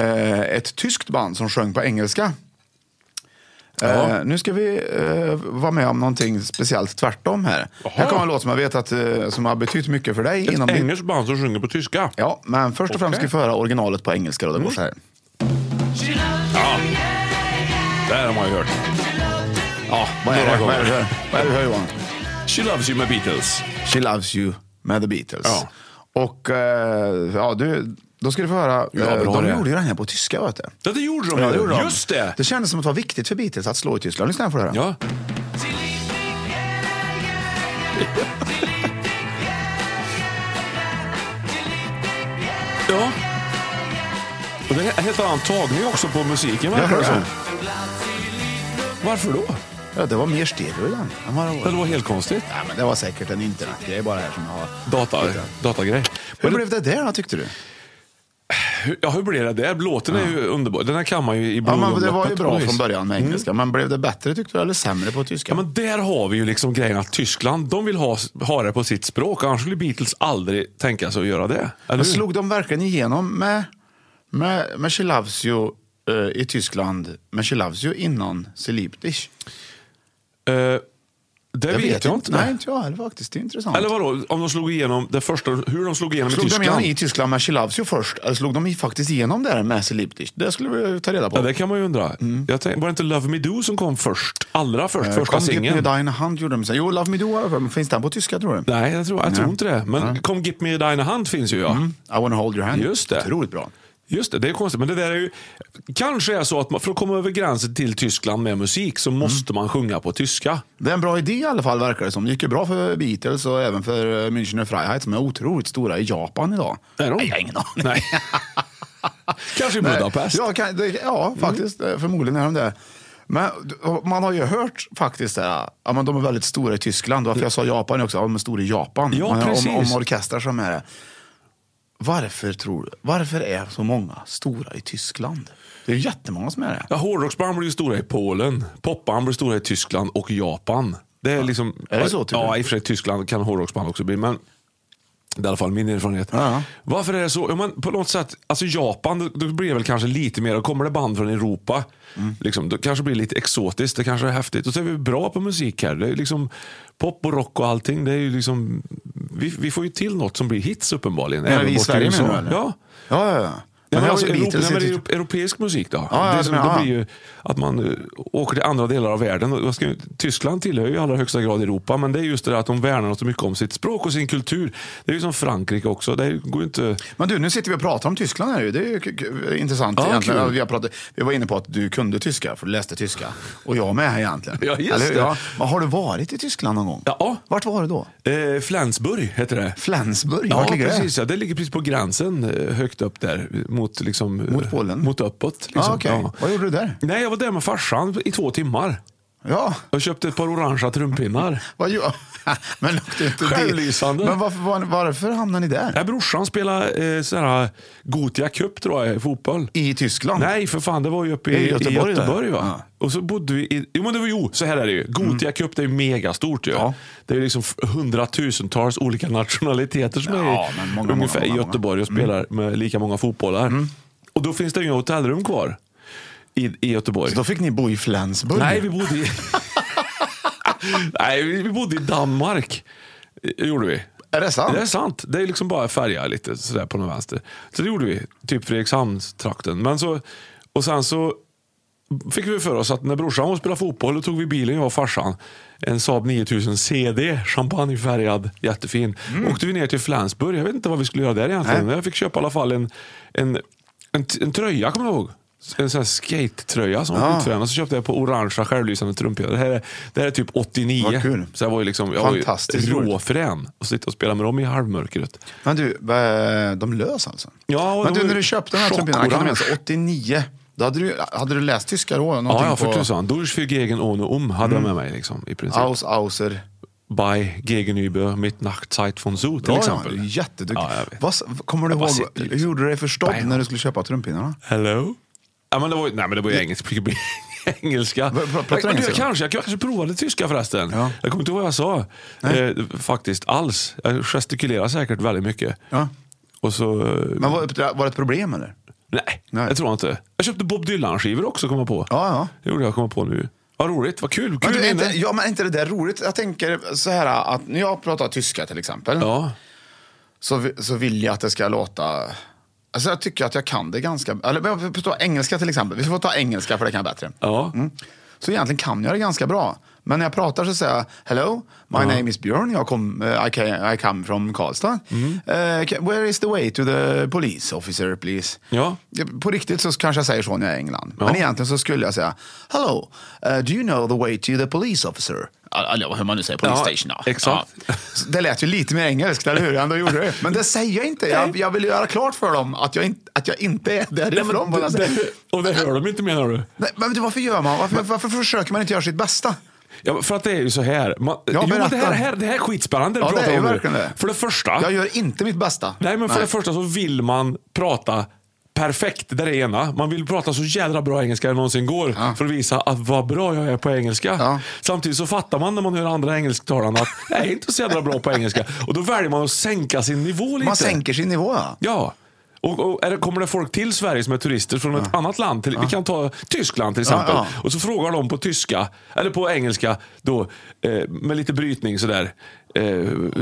Speaker 1: eh, ett tyskt band som sjöng på engelska.
Speaker 2: Ja.
Speaker 1: Eh, nu ska vi eh, vara med om någonting speciellt tvärtom här. Här kommer en låt som jag vet att, eh, som har betytt mycket för dig.
Speaker 2: Ett
Speaker 1: inom ditt-
Speaker 2: engelskt band som sjunger på tyska.
Speaker 1: Ja, men först och främst ska vi få höra originalet på engelska. Då. Det går så
Speaker 2: Mm.
Speaker 1: här.
Speaker 2: Det här har man ju hört. Ja,
Speaker 1: Vad är
Speaker 2: några
Speaker 1: det? Vad är det?
Speaker 2: gånger.
Speaker 1: för- Vad är det för Johan?
Speaker 2: She loves you med Beatles.
Speaker 1: She loves you med The Beatles.
Speaker 2: Ja.
Speaker 1: Och eh, ja, du, då ska du få höra. eh,
Speaker 2: bra
Speaker 1: de
Speaker 2: det.
Speaker 1: gjorde ju den här på tyska. Vet du.
Speaker 2: Ja, det gjorde de
Speaker 1: Ja,
Speaker 2: ju.
Speaker 1: det gjorde de.
Speaker 2: Just det!
Speaker 1: Det kändes som att det var viktigt för Beatles att slå i Tyskland. Lyssna här får du höra.
Speaker 2: Ja. ja. Och det är en helt annan tagning också på
Speaker 1: Jag
Speaker 2: musiken. verkar
Speaker 1: hör
Speaker 2: det
Speaker 1: det.
Speaker 2: som. Varför då?
Speaker 1: Ja, det var mer stereo i den än vad det
Speaker 2: Det
Speaker 1: var.
Speaker 2: var helt konstigt.
Speaker 1: Nej, men det var säkert en internetgrej bara här som jag har.
Speaker 2: Data, datagrej.
Speaker 1: Hur
Speaker 2: Men-
Speaker 1: blev det där då tyckte du?
Speaker 2: Hur- Ja, hur blir det där? Låten är ju underbar. Den här kan man ju i
Speaker 1: Ja, men det var ju
Speaker 2: blodomloppet på
Speaker 1: bra
Speaker 2: något
Speaker 1: från
Speaker 2: vis.
Speaker 1: början med engelska, men blev det bättre tyckte du eller sämre på tyska?
Speaker 2: Ja, men där har vi ju liksom grejen att Tyskland, de vill ha, ha det på sitt språk. Annars skulle Beatles aldrig tänka sig att göra det. Eller hur?
Speaker 1: Men slog de verkligen igenom med, med, med She Loves You eh, i Tyskland, men She Loves You innan She Liebt Dich?
Speaker 2: Eh, det vet, jag inte.
Speaker 1: Nej, inte jag heller faktiskt. Det är intressant.
Speaker 2: Eller vadå, om de slog igenom det första, hur de slog igenom
Speaker 1: Slog
Speaker 2: i
Speaker 1: de
Speaker 2: Tyskland?
Speaker 1: igenom i Tyskland med She Loves You först, eller slog de i- faktiskt igenom där med She Liebt Dich? Det skulle vi ta reda på.
Speaker 2: Ja, det kan man ju undra. Jag tänkte, var det inte Love Me Do som kom först? Allra först,
Speaker 1: Mm. Eh,
Speaker 2: första
Speaker 1: Come Get Me
Speaker 2: singeln.
Speaker 1: Dine Hand gjorde de sen. Jo, Love Me Do har jag för mig. Finns den på tyska tror du?
Speaker 2: Nej, jag tror, jag tror inte det. Men Kom Get Me Dine Hand finns ju ja.
Speaker 1: I wanna hold your hand.
Speaker 2: Just det.
Speaker 1: Otroligt bra.
Speaker 2: Just det, det är konstigt. Men det där är ju... Kanske är så att man, för att komma över gränsen till Tyskland med musik så måste
Speaker 1: Mm.
Speaker 2: man sjunga på tyska.
Speaker 1: Det är en bra idé i alla fall verkar det som. Det gick ju bra för Beatles och även för eh, Münchner Freiheit som är otroligt stora i Japan idag.
Speaker 2: Är de?
Speaker 1: Nej, jag har ingen aning.
Speaker 2: Nej. Kanske i
Speaker 1: Nej.
Speaker 2: Budapest.
Speaker 1: Ja, kan, det, ja
Speaker 2: Mm.
Speaker 1: faktiskt. eh, Förmodligen är de det. Men d- och man har ju hört faktiskt att ja, men de är väldigt stora i Tyskland. Varför jag sa Japan också. Ja, de är stora i Japan.
Speaker 2: Ja,
Speaker 1: Men om,
Speaker 2: precis.
Speaker 1: om orkestrar som är det. Varför tror du? Varför är så många stora i Tyskland? Det är ju jättemånga som är det.
Speaker 2: Ja, hårdrocksband blir ju stora i Polen, popband blir stora i Tyskland och Japan. Det är, liksom,
Speaker 1: Är det så, tycker
Speaker 2: Ja,
Speaker 1: du?
Speaker 2: i och för sig Tyskland kan hårdrocksband också bli, men det är i alla fall min erfarenhet.
Speaker 1: Ja.
Speaker 2: Varför är det så? Ja, men på något sätt, alltså Japan, då- då blir det väl kanske lite mer, och kommer det band från Europa,
Speaker 1: Mm.
Speaker 2: liksom, då kanske det blir lite exotiskt, det kanske är häftigt. Och så är vi bra på musik här. Det är liksom pop och rock och allting. Det är ju liksom, vi, vi får ju till något som blir hits uppenbarligen.
Speaker 1: Menar
Speaker 2: även
Speaker 1: vi i
Speaker 2: bort till
Speaker 1: Sverige,
Speaker 2: USA.
Speaker 1: menar du, eller?
Speaker 2: Ja.
Speaker 1: Ja, ja, ja.
Speaker 2: Ja,
Speaker 1: Men
Speaker 2: men
Speaker 1: alltså,
Speaker 2: Euro-
Speaker 1: Beatles
Speaker 2: nej, men
Speaker 1: är
Speaker 2: det är
Speaker 1: ju-
Speaker 2: ju europeisk musik då.
Speaker 1: Ja, ja,
Speaker 2: det, är som,
Speaker 1: men,
Speaker 2: det
Speaker 1: ja.
Speaker 2: blir ju att man eh, åker till andra delar av världen. Och jag ska, Tyskland tillhör ju i allra högsta grad Europa, men det är just det där att de värnar så mycket om sitt språk och sin kultur. Det är ju som Frankrike också. Det går ju inte...
Speaker 1: Men du, nu sitter vi och pratar om Tyskland här ju. Det är ju k- k- intressant
Speaker 2: Ja,
Speaker 1: egentligen.
Speaker 2: kul.
Speaker 1: Vi, har pratat, vi var inne på att du kunde tyska, för du läste tyska. Och jag med här egentligen.
Speaker 2: Ja, just
Speaker 1: Eller hur?
Speaker 2: det.
Speaker 1: Ja. Men har du varit i Tyskland någon gång?
Speaker 2: Ja.
Speaker 1: Vart var du då?
Speaker 2: Eh, Flensburg heter det.
Speaker 1: Flensburg?
Speaker 2: Ja,
Speaker 1: Vart ligger
Speaker 2: precis.
Speaker 1: det?
Speaker 2: Ja, det ligger precis på gränsen eh, högt upp där. eh, Mot, liksom, eh,
Speaker 1: Mot Polen?
Speaker 2: Mot uppåt. Liksom.
Speaker 1: Ah, okej. Vad gjorde du där?
Speaker 2: Nej, jag var där med farsan i två timmar.
Speaker 1: Ja.
Speaker 2: Jag köpte ett par orangea trumpinnar.
Speaker 1: Vad gör... Men åkte inte dit.
Speaker 2: Självlysande.
Speaker 1: Men varför, var, varför hamnade ni där?
Speaker 2: Nej, brorsan spelade eh, sån här Gotia Cup tror jag, i fotboll.
Speaker 1: I Tyskland?
Speaker 2: Nej, för fan. Det var ju uppe i,
Speaker 1: I
Speaker 2: i Göteborg.
Speaker 1: Göteborg,
Speaker 2: va? Och så bodde vi i... Jo, men det var, jo så här är det ju. Gotia Cup det är ju megastort. Ju.
Speaker 1: Mm. Ja.
Speaker 2: Det är ju liksom f- hundratusentals olika nationaliteter som
Speaker 1: Ja,
Speaker 2: är i-
Speaker 1: men många,
Speaker 2: ungefär
Speaker 1: många, många, Mm.
Speaker 2: i Göteborg och spelar med lika många fotbollar. Och då finns det ju inga hotellrum kvar i, i Göteborg.
Speaker 1: Så då fick ni bo i Flensburg?
Speaker 2: Nej, vi bodde i... Nej, vi vi bodde i Danmark. Eh, Gjorde vi.
Speaker 1: Är det sant?
Speaker 2: Det är sant. Det är liksom bara färga lite sådär på den vänster. Så det gjorde vi. Typ Fredrikshamnstrakten. Men så, och sen så fick vi för oss att när brorsan var och spelade fotboll då tog vi bilen, jag och farsan. En Saab 9000 CD, champagnefärgad, jättefin.
Speaker 1: Mm.
Speaker 2: Åkte vi ner till Flensburg. Jag vet inte vad vi skulle göra där egentligen. Men Jag fick köpa i alla fall en, en, en, en tröja, kommer jag ihåg. En sån här skate-tröja som var skitfrän. Och så köpte jag på orangea självlysande trumpetare. Det, här är- det här är typ 89.
Speaker 1: Vad kul.
Speaker 2: Så jag var ju liksom, jag var ju
Speaker 1: Fantastiskt roligt.
Speaker 2: råfrän och sitta och spela med dem i halvmörkret.
Speaker 1: Men du, eh, de lös alltså?
Speaker 2: Ja, och
Speaker 1: Men
Speaker 2: de
Speaker 1: du,
Speaker 2: var
Speaker 1: när
Speaker 2: ju
Speaker 1: du köpte den här
Speaker 2: tjockorange.
Speaker 1: trumpeten, jag kan minnas, 89, då hade du, hade du läst tyska då?
Speaker 2: Ja,
Speaker 1: Någonting
Speaker 2: ja, för
Speaker 1: på Mm.
Speaker 2: tusan. Durch für gegen ohne um hade jag med mig liksom, i princip.
Speaker 1: Aus, Auser.
Speaker 2: By gegen über Mitnachtzeit von Zoo till
Speaker 1: Ja,
Speaker 2: exempel.
Speaker 1: Ja, du är jätteduktig.
Speaker 2: Ja, jag vet.
Speaker 1: Vad s- kommer du
Speaker 2: Jag bara
Speaker 1: ihåg,
Speaker 2: sitter
Speaker 1: hur
Speaker 2: liksom.
Speaker 1: gjorde du dig förstådd
Speaker 2: Bam.
Speaker 1: när du skulle köpa trumpinnarna?
Speaker 2: Hello? Ja, men det var ju, nej, men det var ju engelska. Det blir engelska.
Speaker 1: Vad- pratar du
Speaker 2: Men du,
Speaker 1: engelska då?
Speaker 2: Jag, kanske, jag kanske provade tyska förresten.
Speaker 1: Ja.
Speaker 2: Jag kommer inte ihåg vad jag sa. Eh, faktiskt alls. Jag gestikulerar säkert väldigt mycket.
Speaker 1: Ja.
Speaker 2: Och så... eh,
Speaker 1: Men var, var det ett problem eller?
Speaker 2: nej,
Speaker 1: Nej.
Speaker 2: jag tror inte. Jag köpte Bob Dylan-skivor också, kom jag på.
Speaker 1: Ja, ja.
Speaker 2: Det gjorde jag, kom jag på nu. Vad roligt, vad kul.
Speaker 1: Men
Speaker 2: Kul
Speaker 1: du, är inte,
Speaker 2: minne.
Speaker 1: ja, men är inte det där roligt? Jag tänker så här att när jag pratar tyska till exempel
Speaker 2: Ja.
Speaker 1: så, vi- så vill jag att det ska låta... Alltså jag tycker att jag kan det ganska... Eller men jag förstår engelska till exempel. Vi får ta engelska för det kan jag bättre.
Speaker 2: Ja.
Speaker 1: Mm. Så egentligen kan jag det ganska bra. Men när jag pratar så säger jag Hello, my name is Björn. Jag kom, eh, I, ca- I come from Karlstad.
Speaker 2: Mm.
Speaker 1: Eh, ca- where is the way to the police officer please?
Speaker 2: Ja.
Speaker 1: På riktigt så kanske jag säger så när jag är i England.
Speaker 2: Ja.
Speaker 1: Men egentligen så skulle jag säga Hello, eh, do you know the way to the police officer? Eller hur man nu säger, police
Speaker 2: Ja,
Speaker 1: station. Ja.
Speaker 2: exakt.
Speaker 1: Ja. Så Det lät ju lite mer engelskt, eller hur? Jag ändå gjorde det. Men det säger jag inte. Jag, jag vill göra klart för dem att jag, inte- att jag inte är därifrån. på något sätt.
Speaker 2: och det hör de inte menar du?
Speaker 1: Nej, men du, varför gör man? Varför, varför försöker man inte göra sitt bästa?
Speaker 2: Ja, för att det är ju så här. Man, jo, men
Speaker 1: berätta.
Speaker 2: det, här, här, det här är skitspännande.
Speaker 1: Ja, det
Speaker 2: pratar
Speaker 1: är ju
Speaker 2: om nu.
Speaker 1: verkligen det.
Speaker 2: För det första.
Speaker 1: Jag gör inte mitt bästa.
Speaker 2: Nej, men för det första så vill man prata perfekt. Det är det ena. Man vill prata så jädra bra engelska det någonsin går för att visa att vad bra jag är på engelska.
Speaker 1: Ja.
Speaker 2: Samtidigt så fattar man när man hör andra engelsktalande att jag är inte så jädra bra på engelska. Och då väljer man att sänka sin nivå lite.
Speaker 1: Man sänker sin nivå. Ja.
Speaker 2: Ja. Och, och är det, kommer det folk till Sverige som är turister från ett annat land, till, vi kan ta Tyskland till
Speaker 1: Ja,
Speaker 2: exempel,
Speaker 1: ja.
Speaker 2: och så frågar de på tyska, eller på engelska då, eh, med lite brytning sådär. Eh,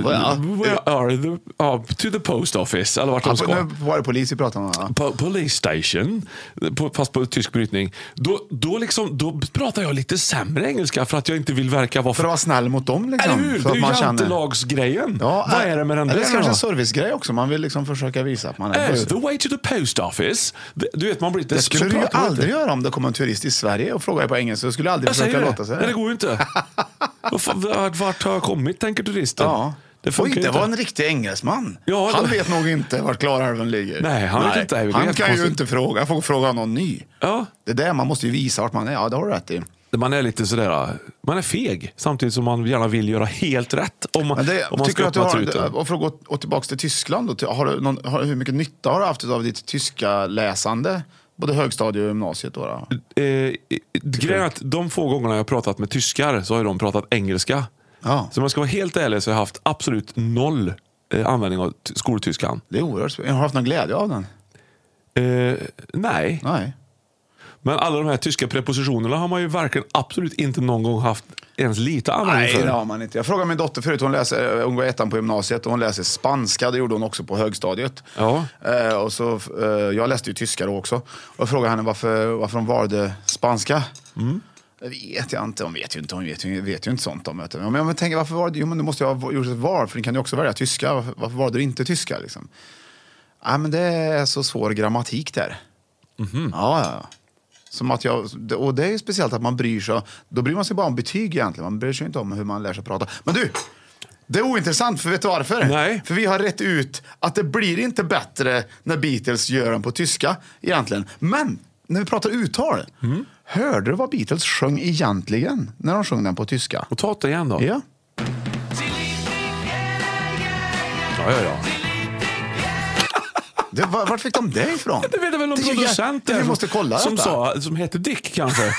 Speaker 2: where are the, ja, to the post office, eller vart de
Speaker 1: Ja,
Speaker 2: ska.
Speaker 1: nu var det polis vi pratade om. Ja.
Speaker 2: Po- Police station, på, fast på tysk brytning. Då, då, liksom, då pratar jag lite sämre engelska för att jag inte vill verka vara
Speaker 1: För att vara snäll mot dem. Liksom,
Speaker 2: Eller hur?
Speaker 1: Så
Speaker 2: Det är
Speaker 1: att
Speaker 2: ju
Speaker 1: man känner...
Speaker 2: jantelagsgrejen.
Speaker 1: Ja,
Speaker 2: Vad är det med den
Speaker 1: eller
Speaker 2: där?
Speaker 1: Det är kanske
Speaker 2: då?
Speaker 1: en servicegrej också. Man vill liksom försöka visa att man är...
Speaker 2: Oh, the way to the post office. Du- Du vet, man blir lite
Speaker 1: det skulle du ju
Speaker 2: prata
Speaker 1: aldrig
Speaker 2: lite.
Speaker 1: göra om det kom en turist i Sverige och frågade på engelska. Du skulle aldrig
Speaker 2: Jag säger
Speaker 1: försöka
Speaker 2: det.
Speaker 1: låta så
Speaker 2: Nej, det
Speaker 1: här.
Speaker 2: går ju inte. Vad fan, vart- Vart har jag kommit, tänker turisten.
Speaker 1: Ja.
Speaker 2: Det
Speaker 1: och
Speaker 2: funkar
Speaker 1: inte
Speaker 2: ju
Speaker 1: vara en riktig engelsman.
Speaker 2: Ja,
Speaker 1: han
Speaker 2: det-
Speaker 1: vet nog inte vart Klarälven ligger.
Speaker 2: Nej, han vet inte. Det
Speaker 1: Han
Speaker 2: är
Speaker 1: kan ju
Speaker 2: jättekonstigt.
Speaker 1: inte fråga. Han får fråga någon ny.
Speaker 2: Ja.
Speaker 1: Det är där man måste ju visa vart man är. Ja, det har du rätt i.
Speaker 2: Man är lite sådär, man är feg samtidigt som man gärna vill göra helt rätt. Om man,
Speaker 1: Men det,
Speaker 2: om
Speaker 1: tycker
Speaker 2: man
Speaker 1: du
Speaker 2: ska
Speaker 1: att du
Speaker 2: öppna
Speaker 1: har,
Speaker 2: truten.
Speaker 1: och för att gå och tillbaka till Tyskland, då, ty- har du någon, har, hur mycket nytta har du haft av ditt tyska läsande? Både högstadie och gymnasiet? Då, då?
Speaker 2: Eh, eh, grejen är att de få gångerna jag har pratat med tyskar så har ju de pratat engelska.
Speaker 1: Ja.
Speaker 2: Så om jag ska vara helt ärlig så har jag haft absolut noll eh, användning av t- skoltyskan.
Speaker 1: Det är oerhört spännande. Har du haft någon glädje av den?
Speaker 2: Eh, nej.
Speaker 1: Nej.
Speaker 2: Men alla de här tyska prepositionerna har man ju verkligen absolut inte någon gång haft ens lite användning
Speaker 1: Nej, det
Speaker 2: för.
Speaker 1: har man inte. Jag frågade min dotter förut, hon, läser, hon går i ettan på gymnasiet och hon läser spanska, det gjorde hon också på högstadiet.
Speaker 2: Ja.
Speaker 1: Eh, och så, eh, jag läste ju tyska då också. Och jag frågade henne varför, varför hon valde spanska. Det vet jag inte, hon vet ju inte, hon vet ju, vet ju inte sånt. Om, vet du. Men jag tänker, varför var det, jo men du måste ju ha gjort ett val, för ni kan ju också välja tyska. Varför, varför valde du inte tyska? Liksom? Nej, men det är så svår grammatik där. Ja, ja. ja. Som att jag, och det är ju speciellt att man bryr sig. Då bryr man sig bara om betyg egentligen. Man bryr sig inte om hur man lär sig prata. Men du! Det är ointressant, för vet du varför?
Speaker 2: Nej.
Speaker 1: För vi har rätt ut att det blir inte bättre när Beatles gör den på tyska egentligen. Men när vi pratar uttal. Hörde du vad Beatles sjöng egentligen när de sjöng den på tyska?
Speaker 2: Och ta det igen då.
Speaker 1: Ja.
Speaker 2: Ja, ja, ja.
Speaker 1: Det, var, vart fick de det ifrån?
Speaker 2: Det vet jag väl någon
Speaker 1: Det är ju
Speaker 2: producent
Speaker 1: jä-
Speaker 2: där
Speaker 1: Vi
Speaker 2: som-
Speaker 1: måste kolla
Speaker 2: som
Speaker 1: detta.
Speaker 2: sa, som heter Dick kanske.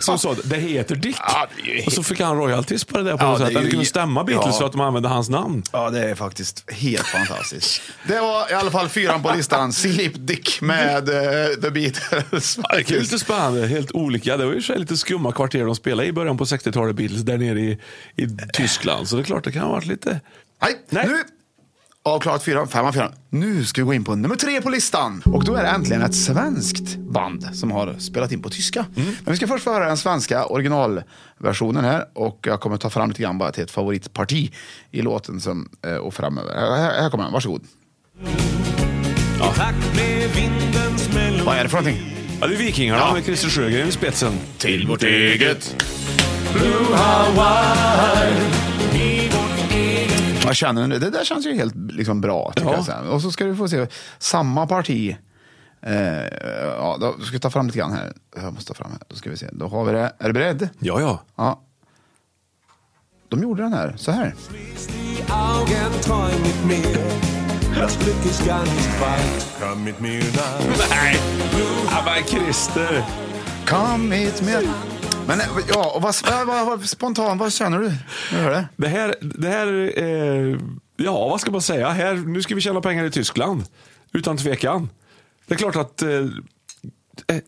Speaker 2: Som sa, det heter Dick.
Speaker 1: Ja, det är ju
Speaker 2: Och så fick han royalties på det där på
Speaker 1: Ja,
Speaker 2: något
Speaker 1: det är
Speaker 2: sätt. Eller
Speaker 1: ju-
Speaker 2: kunde stämma Beatles
Speaker 1: Ja.
Speaker 2: så att de använde hans namn.
Speaker 1: Ja, det är faktiskt helt fantastiskt. Det var i alla fall fyran på listan. Sleep Dick med eh, The Beatles.
Speaker 2: Ja, det är lite spännande, helt olika. Det var ju i och för sig lite skumma kvarter de spelade i början på 60-talet, Beatles, där nere i, i Tyskland. Så det är klart, det kan ha varit lite...
Speaker 1: Nej,
Speaker 2: Nej.
Speaker 1: nu avklarat fyran, femman, fyran. Nu ska vi gå in på nummer tre på listan. Och då är det äntligen ett svenskt band som har spelat in på tyska. Men vi ska först få höra den svenska originalversionen här. Och jag kommer ta fram lite grann bara till ett favoritparti i låten som, eh, och framöver. Här, här kommer den, varsågod. Vad är det för någonting?
Speaker 2: Ja, det är Vikingarna
Speaker 1: Ja.
Speaker 2: med Christer Sjögren i spetsen.
Speaker 1: Till vårt eget Jag känner nu, det där känns ju helt liksom, bra. Tycker
Speaker 2: Ja.
Speaker 1: jag, så här. och så ska du få se, samma parti. Eh, ja, då ska vi ta fram lite grann här. Jag måste ta fram här. Då ska vi se. Då har vi det. Är du beredd?
Speaker 2: Ja, ja.
Speaker 1: Ja. De gjorde den här, så här.
Speaker 2: Nej! Ja, men Christer!
Speaker 1: Come hit me. Men eh, ja, och vad, vad, vad, vad, spontant, vad känner du? när du hör det?
Speaker 2: Det här, det här eh, ja vad ska man säga? Här, nu ska vi tjäna pengar i Tyskland. Utan tvekan. Det är klart att eh,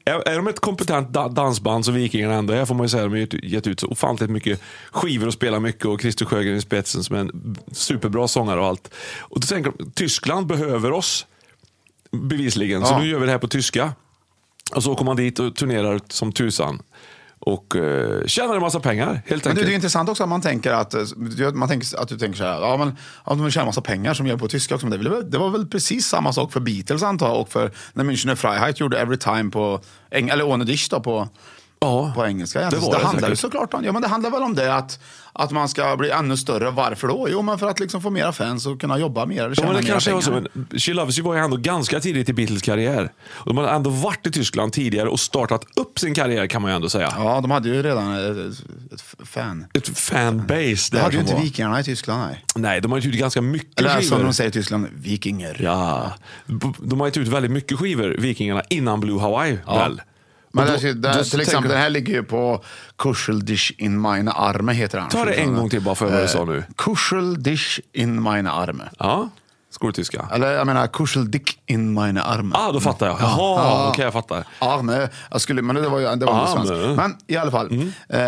Speaker 2: Är, är de ett kompetent da- dansband som Vikingarna ändå är får man ju säga. De har ju gett ut så ofantligt mycket skivor och spelar mycket och Christer Sjögren i spetsen som är en superbra sångare och allt. Och då tänker de, Tyskland behöver oss bevisligen, så
Speaker 1: Ja.
Speaker 2: nu gör vi det här på tyska. Och så åker man dit och turnerar som tusan. Och eh, tjänar en massa pengar helt
Speaker 1: Men du,
Speaker 2: enkelt.
Speaker 1: det är intressant också att man tänker att, eh, man tänker att du tänker så här, ja men om de tjänar massa pengar som gör på tyska också. Men det, är väl- det var väl precis samma sak för Beatles antar jag och för när Münchner Freiheit gjorde Every Time på, eng- eller Ohne Dich då på,
Speaker 2: Ja,
Speaker 1: på engelska.
Speaker 2: det
Speaker 1: Det,
Speaker 2: var
Speaker 1: det,
Speaker 2: det
Speaker 1: handlar ju
Speaker 2: säkert.
Speaker 1: såklart om, ja men det handlar väl om det att, att man ska bli ännu större. Varför då? Jo men för att liksom få mera fans och kunna jobba mer och
Speaker 2: Ja,
Speaker 1: tjäna
Speaker 2: men det
Speaker 1: mera
Speaker 2: kanske
Speaker 1: pengar.
Speaker 2: var så. Men She Loves You var ju ändå ganska tidigt i Beatles karriär. Och De hade ändå varit i Tyskland tidigare och startat upp sin karriär kan man ju ändå säga.
Speaker 1: Ja, de hade ju redan ett, ett fan.
Speaker 2: Ett fanbase
Speaker 1: Det
Speaker 2: där
Speaker 1: hade ju
Speaker 2: som
Speaker 1: inte
Speaker 2: var.
Speaker 1: vikingarna i Tyskland. Nej.
Speaker 2: Nej, de har ju gjort ganska mycket
Speaker 1: Eller som
Speaker 2: skivor.
Speaker 1: de säger i Tyskland, vikinger.
Speaker 2: Ja, B- de har ju ut väldigt mycket skivor, Vikingarna, innan Blue Hawaii väl.
Speaker 1: Men
Speaker 2: Och
Speaker 1: där, där, till exempel,
Speaker 2: tänker-
Speaker 1: den här ligger ju på Kuscheldisch in meine Arme heter den.
Speaker 2: Ta det en gång till bara för vad du sa nu.
Speaker 1: Kuscheldisch in meine Arme.
Speaker 2: Ja, skoltyska.
Speaker 1: Eller jag menar Kuscheldick in meine Arme.
Speaker 2: Ah, då fattar jag. Jaha,
Speaker 1: Ja.
Speaker 2: okej jag fattar.
Speaker 1: Arme. Jag skulle, men det var ju det var ju
Speaker 2: Ah, Arme.
Speaker 1: svenskt.
Speaker 2: Mm.
Speaker 1: Men i alla fall. Eh,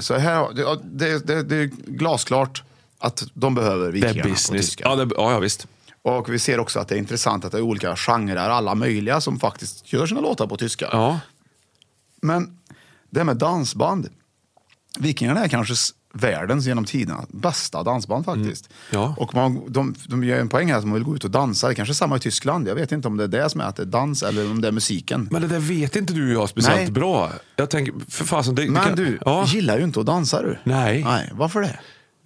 Speaker 1: så här, har- det, det, det, det är glasklart att de behöver
Speaker 2: Det är
Speaker 1: vikingarna på
Speaker 2: business.
Speaker 1: tyska.
Speaker 2: Ja, det, ja, ja, visst.
Speaker 1: Och vi ser också att det är intressant att det är olika genrer, alla möjliga, som faktiskt gör sina låtar på tyska.
Speaker 2: Ja.
Speaker 1: Men det här med dansband. Vikingarna är kanske s- världens genom tiderna bästa dansband faktiskt.
Speaker 2: Mm. Ja.
Speaker 1: Och man, de, de gör en poäng här att man vill gå ut och dansa. Det kanske är samma i Tyskland. Jag vet inte om det är det som är att det är dans eller om det är musiken. Men,
Speaker 2: Men det där vet inte du och jag speciellt
Speaker 1: Nej.
Speaker 2: bra. Jag tänker, för fasen. Det, det kan-
Speaker 1: du
Speaker 2: ja.
Speaker 1: gillar ju inte att dansa du.
Speaker 2: Nej.
Speaker 1: Nej varför det?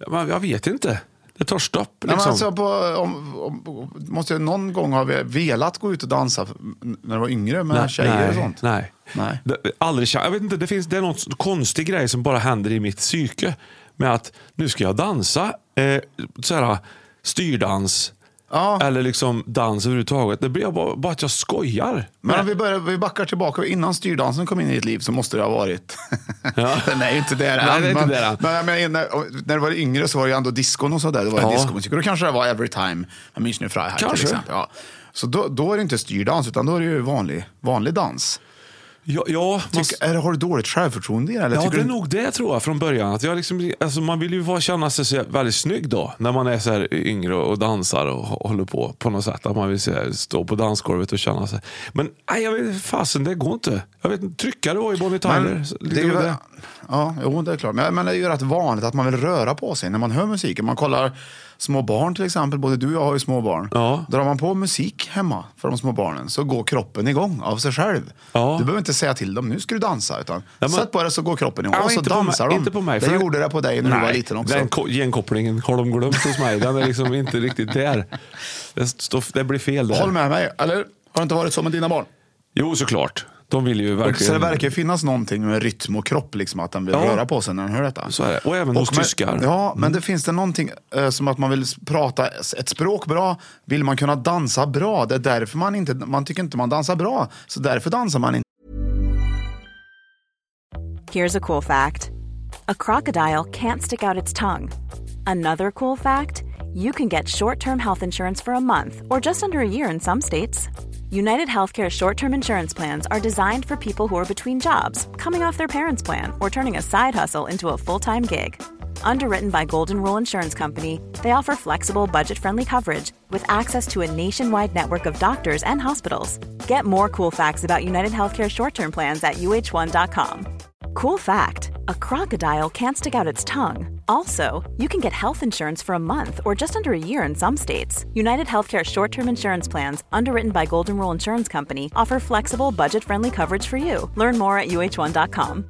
Speaker 2: Men Jag vet inte. Det tar stopp.
Speaker 1: Nej,
Speaker 2: Liksom.
Speaker 1: men alltså på, om, om, måste jag någon gång ha velat gå ut och dansa när du var yngre med
Speaker 2: Nej,
Speaker 1: tjejer
Speaker 2: nej,
Speaker 1: och sånt?
Speaker 2: Nej.
Speaker 1: Nej.
Speaker 2: Det- Aldrig, kän- jag vet inte, det, finns, det är någon konstig grej som bara händer i mitt psyke. Med att nu ska jag dansa. Eh, så här, styrdans.
Speaker 1: Ja.
Speaker 2: Eller liksom dans överhuvudtaget. Det blir jag bara, bara att jag skojar.
Speaker 1: Men om vi, börjar, vi backar tillbaka. Innan styrdansen kom in i ditt liv så måste det ha varit...
Speaker 2: Ja.
Speaker 1: Den är ju inte där
Speaker 2: Nej,
Speaker 1: än.
Speaker 2: det är inte
Speaker 1: men,
Speaker 2: där än.
Speaker 1: men jag menar, när, när du var yngre så var det ju ändå diskon och sådär. Det var
Speaker 2: Ja.
Speaker 1: ja. diskomusik. Och då kanske det var Every Time, München Freiheit till
Speaker 2: Kanske.
Speaker 1: exempel. Ja. Så då, då är det inte styrdans utan då är det ju vanlig, vanlig dans.
Speaker 2: Ja, ja, man,
Speaker 1: Tyck, är, det- har du dåligt självförtroende i det? Eller
Speaker 2: ja
Speaker 1: tycker
Speaker 2: det är
Speaker 1: du,
Speaker 2: nog det tror jag från början. Att jag liksom, alltså, man vill ju vara, känna sig så väldigt snygg då. När man är så här yngre och dansar och hå- håller på. På något sätt. Att man vill så här, stå på dansgolvet och känna sig. Men nej, jag vet, fasen, det går inte. Jag vet inte, tryckare var ju Bonnie Tyler.
Speaker 1: Men
Speaker 2: Så-
Speaker 1: det är ju, ja, jo, det är klart. Men, men det är ju rätt vanligt att man vill röra på sig när man hör musik. Om man kollar små barn till exempel, både du och jag har ju små barn.
Speaker 2: Ja.
Speaker 1: Drar man på musik hemma för de små barnen så går kroppen igång av sig själv.
Speaker 2: Ja.
Speaker 1: Du behöver inte säga till dem, nu ska du dansa. Utan
Speaker 2: men-
Speaker 1: Sätt på det så går kroppen igång
Speaker 2: Ja,
Speaker 1: och så
Speaker 2: inte på mig-
Speaker 1: dansar de.
Speaker 2: Inte på mig.
Speaker 1: det
Speaker 2: för-
Speaker 1: gjorde det på dig när
Speaker 2: Nej,
Speaker 1: du var liten också.
Speaker 2: Den ko- genkopplingen har de glömt hos mig. Den är liksom inte riktigt där. Det, står, det blir fel där.
Speaker 1: Håll med mig, eller? Har det inte varit så med dina barn?
Speaker 2: Jo, såklart. De vill ju
Speaker 1: Och så det
Speaker 2: verkligen...
Speaker 1: verkar ju finnas någonting med rytm och kropp, liksom, att den vill
Speaker 2: Ja.
Speaker 1: röra på sig när den hör detta.
Speaker 2: Så är det. Och även hos
Speaker 1: men-
Speaker 2: tyskar. Mm.
Speaker 1: Ja, men det finns det någonting eh, som att man vill s- prata s- ett språk bra, vill man kunna dansa bra. Det är därför man inte, man tycker inte man dansar bra, så därför dansar man inte.
Speaker 4: Here's a cool fact a crocodile can't stick out its tongue. Another cool fact you can get short term health insurance for a month or just under a year in some states. United Healthcare short term insurance plans are designed for people who are between jobs, coming off their parents' plan, or turning a side hustle into a full time gig. Underwritten by Golden Rule Insurance Company, they offer flexible, budget friendly coverage with access to a nationwide network of doctors and hospitals. Get more cool facts about United Healthcare short term plans at uh1.com. Cool fact a crocodile can't stick out its tongue. Also, you can get health insurance for a month or just under a year in some states. United Healthcare short term insurance plans, underwritten by Golden Rule Insurance Company, offer flexible, budget friendly coverage for you. Learn more at uh1.com.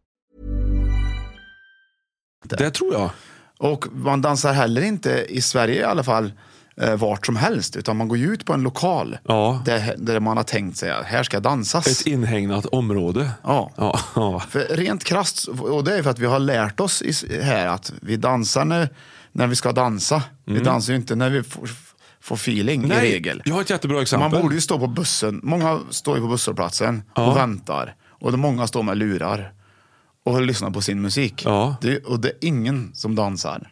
Speaker 2: Det tror jag.
Speaker 1: Och man dansar heller inte, i Sverige i alla fall, eh, eh, vart som helst. Utan man går ju ut på en lokal
Speaker 2: Ja.
Speaker 1: där, där man har tänkt sig att här ska dansas.
Speaker 2: Ett inhägnat område.
Speaker 1: Ja.
Speaker 2: ja, ja.
Speaker 1: För rent krasst, och det är för att vi har lärt oss i- här att vi dansar när, när vi ska dansa.
Speaker 2: Mm.
Speaker 1: Vi dansar ju inte när vi får, får feeling i regel.
Speaker 2: Jag har ett jättebra exempel.
Speaker 1: Man borde ju stå på bussen. Många står ju på busshållplatsen och väntar. Och de- många står med lurar och lyssnar på sin musik.
Speaker 2: Ja.
Speaker 1: Det, och det är ingen som dansar.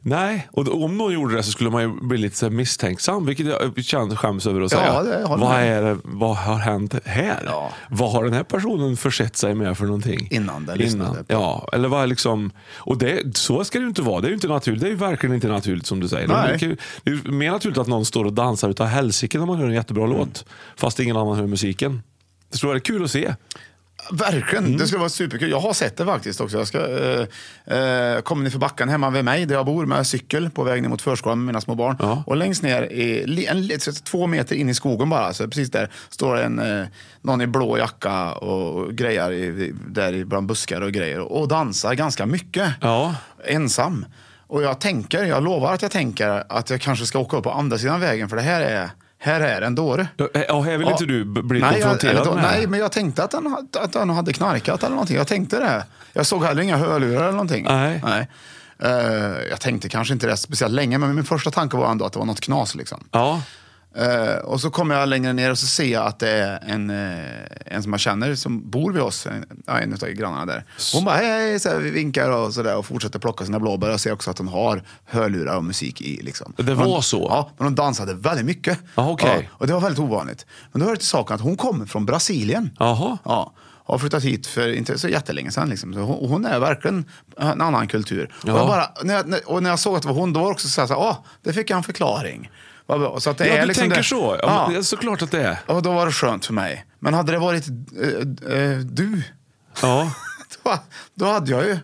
Speaker 2: Nej, och då- om någon gjorde det så skulle man ju bli lite så här misstänksam, vilket jag eh, känns, skäms över att
Speaker 1: Ja,
Speaker 2: säga.
Speaker 1: det håller
Speaker 2: vad,
Speaker 1: med.
Speaker 2: är det, vad har hänt här?
Speaker 1: Ja.
Speaker 2: Vad har den här personen försett sig med för någonting?
Speaker 1: Innan den lyssnade på.
Speaker 2: Ja, eller vad är liksom... Och det, så ska det ju inte vara. Det är ju inte naturligt. Det är ju verkligen inte naturligt som du säger.
Speaker 1: Nej.
Speaker 2: Det, är ju, det är ju mer naturligt att någon står och dansar utav helsike när man hör en jättebra
Speaker 1: Mm.
Speaker 2: låt, fast ingen annan hör musiken. Det tror jag är kul att se.
Speaker 1: Verkligen,
Speaker 2: Mm.
Speaker 1: det skulle vara superkul. Jag har sett det faktiskt också. Jag ska, eh, eh, kommer ni för backen hemma vid mig där jag bor med cykel på väg ner mot förskolan med mina små barn.
Speaker 2: Ja.
Speaker 1: Och längst ner, i, li- en, li- så två meter in i skogen bara, så precis där står en, eh, någon i blå jacka och grejar i, i- där i- bland buskar och grejer och dansar ganska mycket.
Speaker 2: Ja.
Speaker 1: Ensam. Och jag tänker, jag lovar att jag tänker att jag kanske ska åka upp på andra sidan vägen för det här är, här är en dåre.
Speaker 2: Ja, ja, här vill inte du b- bli
Speaker 1: nej,
Speaker 2: konfronterad
Speaker 1: jag, eller,
Speaker 2: med det här.
Speaker 1: Nej, men jag tänkte att han, hade- att han hade knarkat eller någonting. Jag tänkte det. Jag såg heller inga hörlurar eller någonting.
Speaker 2: Nej.
Speaker 1: Eh, jag tänkte kanske inte det speciellt länge, men min första tanke var ändå att det var något knas. Liksom.
Speaker 2: Ja,
Speaker 1: Eh, och så kommer jag längre ner och så ser jag att det är en, eh, en som jag känner som bor vid oss, en, ja, en av grannarna där. Hon bara hej, hej, så här, vi vinkar och sådär och fortsätter plocka sina blåbär. Jag ser också att hon har hörlurar och musik i. Liksom.
Speaker 2: Det var
Speaker 1: Hon-
Speaker 2: så?
Speaker 1: Ja, men hon dansade väldigt mycket.
Speaker 2: Ja, okej.
Speaker 1: och det var väldigt ovanligt. Men då hör det till saken att hon kommer från
Speaker 2: Ah.
Speaker 1: Brasilien.
Speaker 2: Jaha.
Speaker 1: Ja, har flyttat hit för inte så jättelänge sedan. Liksom. Så hon, hon är verkligen en annan kultur. Och,
Speaker 2: Ja.
Speaker 1: jag bara, när jag, när, och när jag såg att det var hon, då var det också så här, så här, ah, där fick jag en förklaring. Vad bra. Så att det
Speaker 2: ja
Speaker 1: är
Speaker 2: du
Speaker 1: liksom
Speaker 2: tänker
Speaker 1: det,
Speaker 2: så. Ja,
Speaker 1: Ja.
Speaker 2: Men, det är såklart att det är.
Speaker 1: Och då var det skönt för mig. Men hade det varit eh, eh, du,
Speaker 2: Ja.
Speaker 1: då, då hade jag ju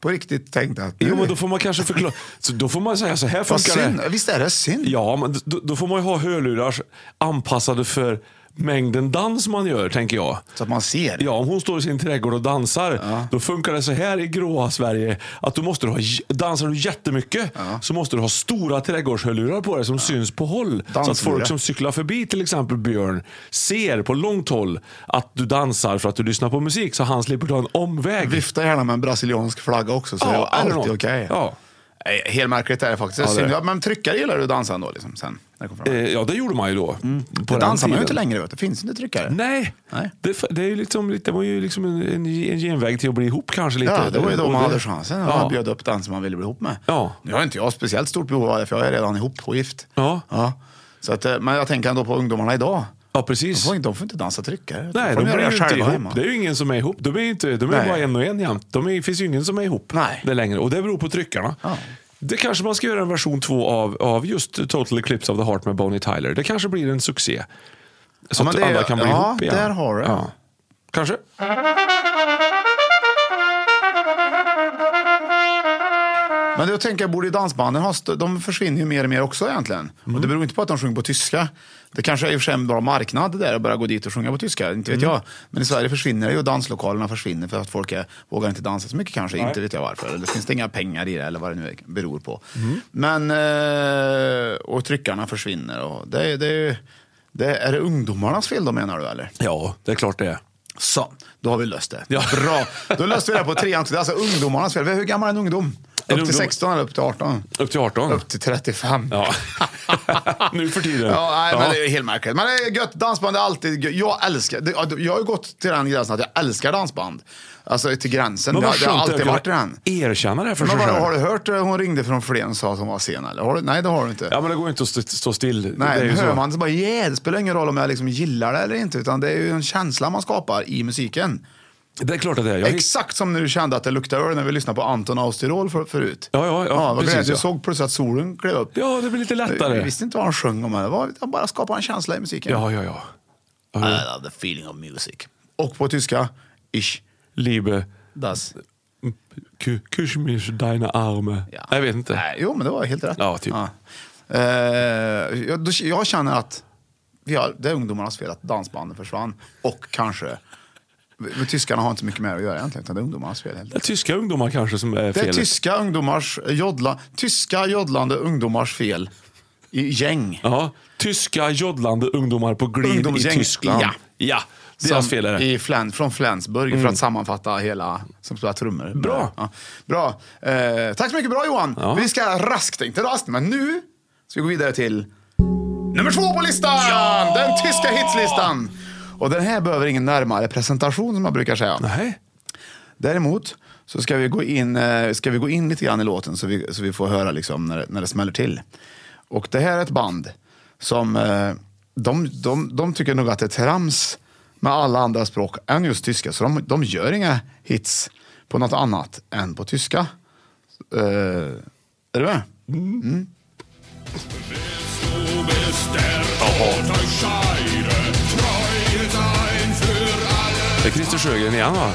Speaker 1: på riktigt tänkt att nu,
Speaker 2: Jo, men då får man kanske förklara. Så då får man säga så här
Speaker 1: vad
Speaker 2: funkar
Speaker 1: synd.
Speaker 2: det.
Speaker 1: Visst är det synd?
Speaker 2: Ja, men då, då får man ju ha hörlurar anpassade för mängden dans man gör, tänker jag.
Speaker 1: Så att man ser.
Speaker 2: Ja, om hon står i sin trädgård och dansar, då funkar det så här i gråa Sverige. Att du måste du ha, j- dansar du jättemycket så måste du ha stora trädgårdshörlurar på dig som syns på håll. Så att
Speaker 1: Danslurar.
Speaker 2: folk som cyklar förbi, till exempel Björn, ser på långt håll att du dansar för att du lyssnar på musik så han slipper ta en omväg.
Speaker 1: Vifta gärna med en brasiliansk flagga också så
Speaker 2: Ja,
Speaker 1: är det
Speaker 2: eller
Speaker 1: alltid
Speaker 2: något.
Speaker 1: okej.
Speaker 2: Ja.
Speaker 1: Nej, Helt märkligt är det faktiskt. Det är
Speaker 2: Ja, det är
Speaker 1: synd.
Speaker 2: det.
Speaker 1: Ja, men tryckare gillar du att dansa ändå. Liksom, sen, när det kom fram.
Speaker 2: Eh, Ja, det gjorde man ju då. På
Speaker 1: Mm. det
Speaker 2: den
Speaker 1: dansar man ju
Speaker 2: tiden.
Speaker 1: inte längre. Vet du. finns inte tryckare.
Speaker 2: Nej,
Speaker 1: Nej.
Speaker 2: Det, f- det, är ju liksom, lite- det var ju liksom en, en, en genväg till att bli ihop kanske lite.
Speaker 1: Ja, det var ju då
Speaker 2: Och
Speaker 1: man
Speaker 2: det-
Speaker 1: hade chansen.
Speaker 2: Ja.
Speaker 1: Man bjöd upp den som man ville bli ihop med.
Speaker 2: Ja.
Speaker 1: Nu har inte jag speciellt stort behov av det, för jag är redan ihop och gift.
Speaker 2: Ja.
Speaker 1: Så att, eh, men jag tänker ändå på ungdomarna idag.
Speaker 2: Ja,
Speaker 1: De
Speaker 2: precis.
Speaker 1: får inte, de får inte dansa tryckare.
Speaker 2: Nej,
Speaker 1: får
Speaker 2: de
Speaker 1: göra
Speaker 2: blir ju
Speaker 1: det
Speaker 2: inte
Speaker 1: själva
Speaker 2: ihop.
Speaker 1: hemma.
Speaker 2: Det är ju ingen som är ihop. De är ju inte, de är ju
Speaker 1: Nej.
Speaker 2: bara en och en jämt. De är, finns ju ingen som är ihop
Speaker 1: Nej.
Speaker 2: det längre. Och det beror på tryckarna.
Speaker 1: Ja.
Speaker 2: Det kanske man ska göra en version två av, av just Total Eclipse of the Heart med Bonnie Tyler. Det kanske blir en succé. Så
Speaker 1: Ja, men
Speaker 2: att
Speaker 1: det är-
Speaker 2: alla kan bli
Speaker 1: ja,
Speaker 2: ihop igen.
Speaker 1: där har du.
Speaker 2: Ja. Kanske.
Speaker 1: Men jag tänker, borde ju dansbanden ha stö- De försvinner ju mer och mer också egentligen. Och det beror inte på att de sjunger på tyska. Det kanske är i och för sig en bra marknad där att börja gå dit och sjunga på tyska, inte vet jag. Men i Sverige försvinner det ju och danslokalerna försvinner för att folk är, vågar inte dansa så mycket kanske. Inte vet jag varför. Eller finns det inga pengar i det eller vad det nu beror på. Men, eh, och tryckarna försvinner. Och det, det, det, är det ungdomarnas fel då menar du eller?
Speaker 2: Ja, det är klart det är.
Speaker 1: Så, då har vi löst det.
Speaker 2: Ja.
Speaker 1: Bra, då löste vi det på trean. Det är alltså ungdomarnas fel. Hur gammal är en ungdom?
Speaker 2: En
Speaker 1: Upp till
Speaker 2: ungdom-
Speaker 1: 16 eller upp till 18?
Speaker 2: Upp till 18.
Speaker 1: Upp till 35.
Speaker 2: Ja. nu för tiden.
Speaker 1: Ja, nej, men det är ju helt märkligt. Men det är gött. Dansband är alltid gött. Jag älskar, det- ja, jag har ju gått till den gränsen att jag älskar dansband. Alltså till gränsen.
Speaker 2: Men
Speaker 1: Det,
Speaker 2: vad
Speaker 1: det har
Speaker 2: skönt
Speaker 1: alltid
Speaker 2: att
Speaker 1: varit
Speaker 2: kunna
Speaker 1: den.
Speaker 2: Erkänna det för
Speaker 1: Men
Speaker 2: sig
Speaker 1: bara,
Speaker 2: själv.
Speaker 1: har du hört eh, hon ringde från Flen och sa att hon var sen? Eller? Har du, nej, det har du inte.
Speaker 2: Ja, men det går ju inte att stå, stå still.
Speaker 1: Nej,
Speaker 2: det är ju
Speaker 1: hör
Speaker 2: så.
Speaker 1: man så bara yeah, det spelar ingen roll om jag liksom gillar det eller inte, utan det är ju en känsla man skapar i musiken.
Speaker 2: Det är klart att det är. Jag hitt-
Speaker 1: Exakt som när du kände att det luktade öl när vi lyssnade på Anton Austerol för, förut.
Speaker 2: Ja, ja, ja,
Speaker 1: vad
Speaker 2: precis,
Speaker 1: glädje.
Speaker 2: ja.
Speaker 1: Du såg plötsligt att solen klev upp.
Speaker 2: Ja, det blir lite
Speaker 1: Jag
Speaker 2: lättare.
Speaker 1: visste inte vad han sjöng om. Det var, han bara skapade en känsla i musiken.
Speaker 2: Ja, ja, ja.
Speaker 1: I love the feeling of music. Och på tyska, ich
Speaker 2: Liebe,
Speaker 1: das.
Speaker 2: ku- küss mich deine Arme.
Speaker 1: Ja.
Speaker 2: Jag vet inte.
Speaker 1: Nej, jo, men det var helt rätt.
Speaker 2: Ja, typ.
Speaker 1: Eh, jag, då- jag känner att vi har, det är ungdomarnas fel att dansbanden försvann. Och kanske, men tyskarna har inte så mycket mer att göra egentligen, utan det är ungdomarnas fel. Helt
Speaker 2: Det är tyska ungdomar kanske som är
Speaker 1: Det är
Speaker 2: felet.
Speaker 1: tyska ungdomars jodla, tyska jodlande ungdomars fel. I gäng.
Speaker 2: Ja, tyska joddlande ungdomar på glid i
Speaker 1: Ungdomsgäng.
Speaker 2: Tyskland.
Speaker 1: Ja.
Speaker 2: ja. Deras
Speaker 1: Som
Speaker 2: fel är det. Mm.
Speaker 1: I Flän, från Flensburg för att sammanfatta hela, som spelar trummor.
Speaker 2: Bra.
Speaker 1: Ja. Bra. Eh, tack så mycket, bra Johan.
Speaker 2: Ja.
Speaker 1: Vi ska raskt, inte raskt, men nu ska vi gå vidare till nummer två på listan. Den tyska hitslistan. Och den här behöver ingen närmare presentation som man brukar säga.
Speaker 2: Nej.
Speaker 1: Däremot så ska vi gå in, eh, ska vi gå in lite grann i låten så vi, så vi får höra liksom när, det- när det smäller till. Och det här är ett band som eh, de, de, de tycker nog att det är trams med alla andra språk än just tyska. Så de, de gör inga hits på något annat än på tyska. Eh, är du med?
Speaker 2: Det är Christer Sjögren igen va?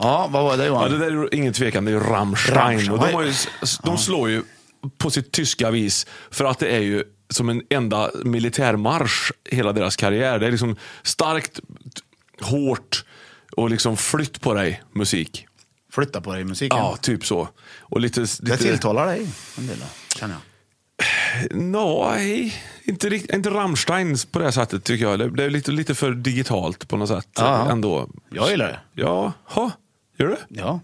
Speaker 1: Ja, vad var det
Speaker 2: Ja,
Speaker 1: Johan?
Speaker 2: det där är ju ingen tvekan, det är ju Rammstein.
Speaker 1: Rammstein.
Speaker 2: Och de, har ju, s- de slår ju på sitt tyska vis för att det är ju som en enda militärmarsch hela deras karriär. Det är liksom starkt, t- hårt och liksom flytt på dig musik.
Speaker 1: Flytta på dig i musiken.
Speaker 2: Ja, typ så. Och lite... lite
Speaker 1: det tilltalar dig en del, då, känner jag.
Speaker 2: Nej, inte, rikt- inte Rammstein på det här sättet tycker jag. Det, det är lite, lite för digitalt på något sätt
Speaker 1: Ja.
Speaker 2: ändå.
Speaker 1: Jag gillar det.
Speaker 2: Ja, ha, gör du?
Speaker 1: Ja.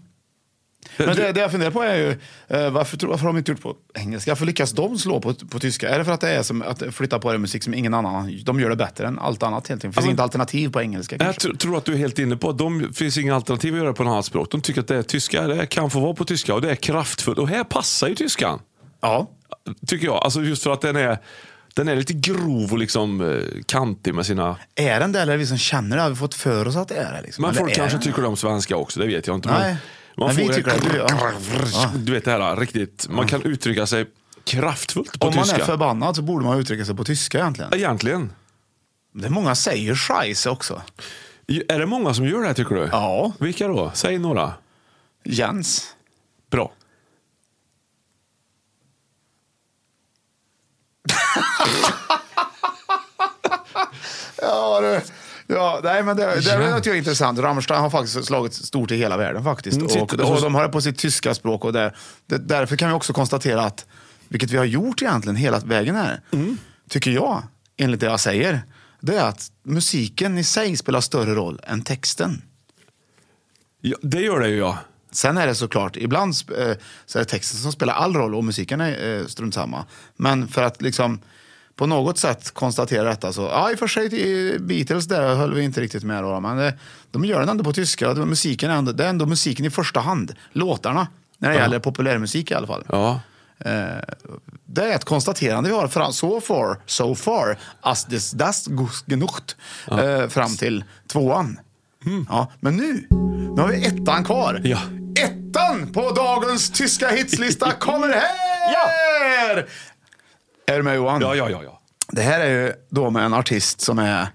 Speaker 1: Men det, det jag funderar på är ju, eh, varför, tror- varför har de inte gjort på engelska? Varför lyckas de slå på, på tyska? Är det för att det är som att flytta på det musik som ingen annan, de gör det bättre än allt annat helt enkelt? Finns
Speaker 2: Alltså-
Speaker 1: inget alternativ på engelska
Speaker 2: Jag
Speaker 1: kanske?
Speaker 2: tr- tror att du är helt inne på att de finns inga alternativ att göra på något annat språk. De tycker att det är tyska, det kan få vara på tyska och det är kraftfullt. Och här passar ju tyskan,
Speaker 1: Ja.
Speaker 2: tycker jag. Alltså just för att den är, den är lite grov och liksom eh, kantig med sina...
Speaker 1: Är den det eller är det vi som känner det? Har vi fått för oss att det är det? Liksom?
Speaker 2: Men
Speaker 1: Eller
Speaker 2: folk
Speaker 1: är
Speaker 2: kanske
Speaker 1: den-
Speaker 2: tycker det om svenska också, det vet jag inte.
Speaker 1: Nej.
Speaker 2: man
Speaker 1: Men vi
Speaker 2: får ju-
Speaker 1: tycker att du- ja. Ja.
Speaker 2: Du vet det här, riktigt. Man kan uttrycka sig kraftfullt på
Speaker 1: Om man
Speaker 2: tyska.
Speaker 1: är förbannad så borde man uttrycka sig på tyska egentligen.
Speaker 2: Egentligen.
Speaker 1: Det är många säger scheisse också.
Speaker 2: Är det många som gör det här tycker du?
Speaker 1: Ja.
Speaker 2: Vilka då? Säg några.
Speaker 1: Jens.
Speaker 2: Bra.
Speaker 1: Ja, du. Ja, nej, men det, det
Speaker 2: Ja.
Speaker 1: är något jag är intressant. Rammstein har faktiskt slagit stort i hela världen faktiskt.
Speaker 2: Mm,
Speaker 1: och,
Speaker 2: titta,
Speaker 1: och
Speaker 2: och-
Speaker 1: de har det på sitt tyska språk och där, det, därför kan vi också konstatera att, vilket vi har gjort egentligen hela vägen här, tycker jag, enligt det jag säger, det är att musiken i sig spelar större roll än texten.
Speaker 2: Ja, det gör det ju ja.
Speaker 1: Sen är det såklart, ibland sp- eh, så är det texten som spelar all roll och musiken är eh, strunt samma. Men för att liksom på något sätt konstatera detta så, ja i och för sig eh, Beatles där höll vi inte riktigt med då, men eh, de gör den ändå på tyska. och Musiken är ändå, det är ändå musiken i första hand, låtarna, när det gäller populärmusik i alla fall.
Speaker 2: ja.
Speaker 1: Det är ett konstaterande vi har fram, so far, so far, as des das gus- genugt, eh, fram till tvåan. Ja, men nu, nu har vi ettan kvar.
Speaker 2: Mm. Ja.
Speaker 1: Ettan på dagens tyska hitslista kommer här! Är du med Johan?
Speaker 2: Ja, ja, ja. ja.
Speaker 1: Det här är ju då med en artist som är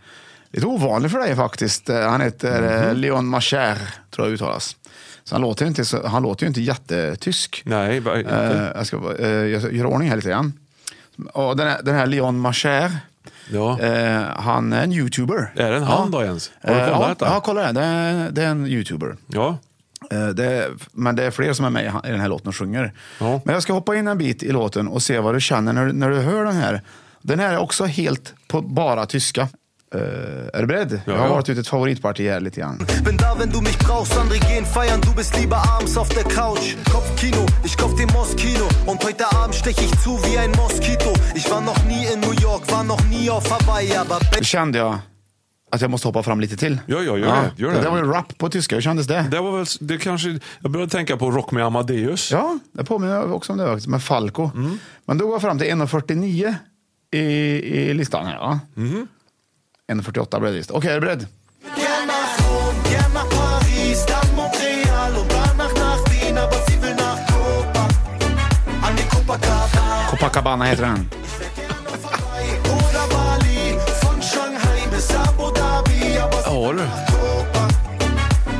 Speaker 1: lite ovanlig för dig faktiskt. Eh, Han heter
Speaker 2: Mhm.
Speaker 1: eh, Leon Macher, tror jag uttalas. Så han låter ju inte, så, han låter ju inte jättetysk.
Speaker 2: Nej, bara inte.
Speaker 1: Eh, jag ska bara, eh, jag göra ordning här lite grann. Och den, här, den här Leon Macher,
Speaker 2: Ja.
Speaker 1: eh, han är en youtuber.
Speaker 2: Är det en han då ens? Har
Speaker 1: Eh,
Speaker 2: du kollat
Speaker 1: ja,
Speaker 2: detta?
Speaker 1: ja, kolla det. Det är, det är en youtuber.
Speaker 2: Ja.
Speaker 1: Eh, Det är, men det är fler som är med i den här låten och sjunger.
Speaker 2: Ja.
Speaker 1: Men jag ska hoppa in en bit i låten och se vad du känner när, du- när du hör den här. Den här är också helt på bara tyska. Eh, är du beredd? jag har
Speaker 2: ja.
Speaker 1: varit ute ett favoritparti här lite grann.
Speaker 5: Bin da, wenn du mich brauchst, andere gehen feiern, du bist lieber abends auf der Couch. Kopfkino, ich kauf den Moskino und heute Abend stech ich zu wie ein Moskito. Ich war noch nie in New York, war noch nie auf Hawaii, aber
Speaker 1: Då kände jag att jag måste hoppa fram lite till.
Speaker 2: Ja, ja, gör det, gör
Speaker 1: det.
Speaker 2: det.
Speaker 1: där var ju rap på tyska. Hur kändes det?
Speaker 2: Det var väl, det kanske, jag började tänka på Rock med Amadeus.
Speaker 1: Ja, det påminner också om det faktiskt, med Falco.
Speaker 2: Mm.
Speaker 1: Men då går jag fram till 1.49 i, i listan här. Va?
Speaker 2: Mm-hmm.
Speaker 1: 1.48 blev det visst. Okej, är du beredd?
Speaker 5: Gern nach Rom, gern nach Paris, dann Montreal und danach nach Wien, aber sie will nach Copa, an die Copacabana
Speaker 1: Copacabana heter den.
Speaker 5: vorbei. oder Bali, von Shanghai bis Abu Dhabi, aber sie
Speaker 2: Ja, du.
Speaker 5: Copa,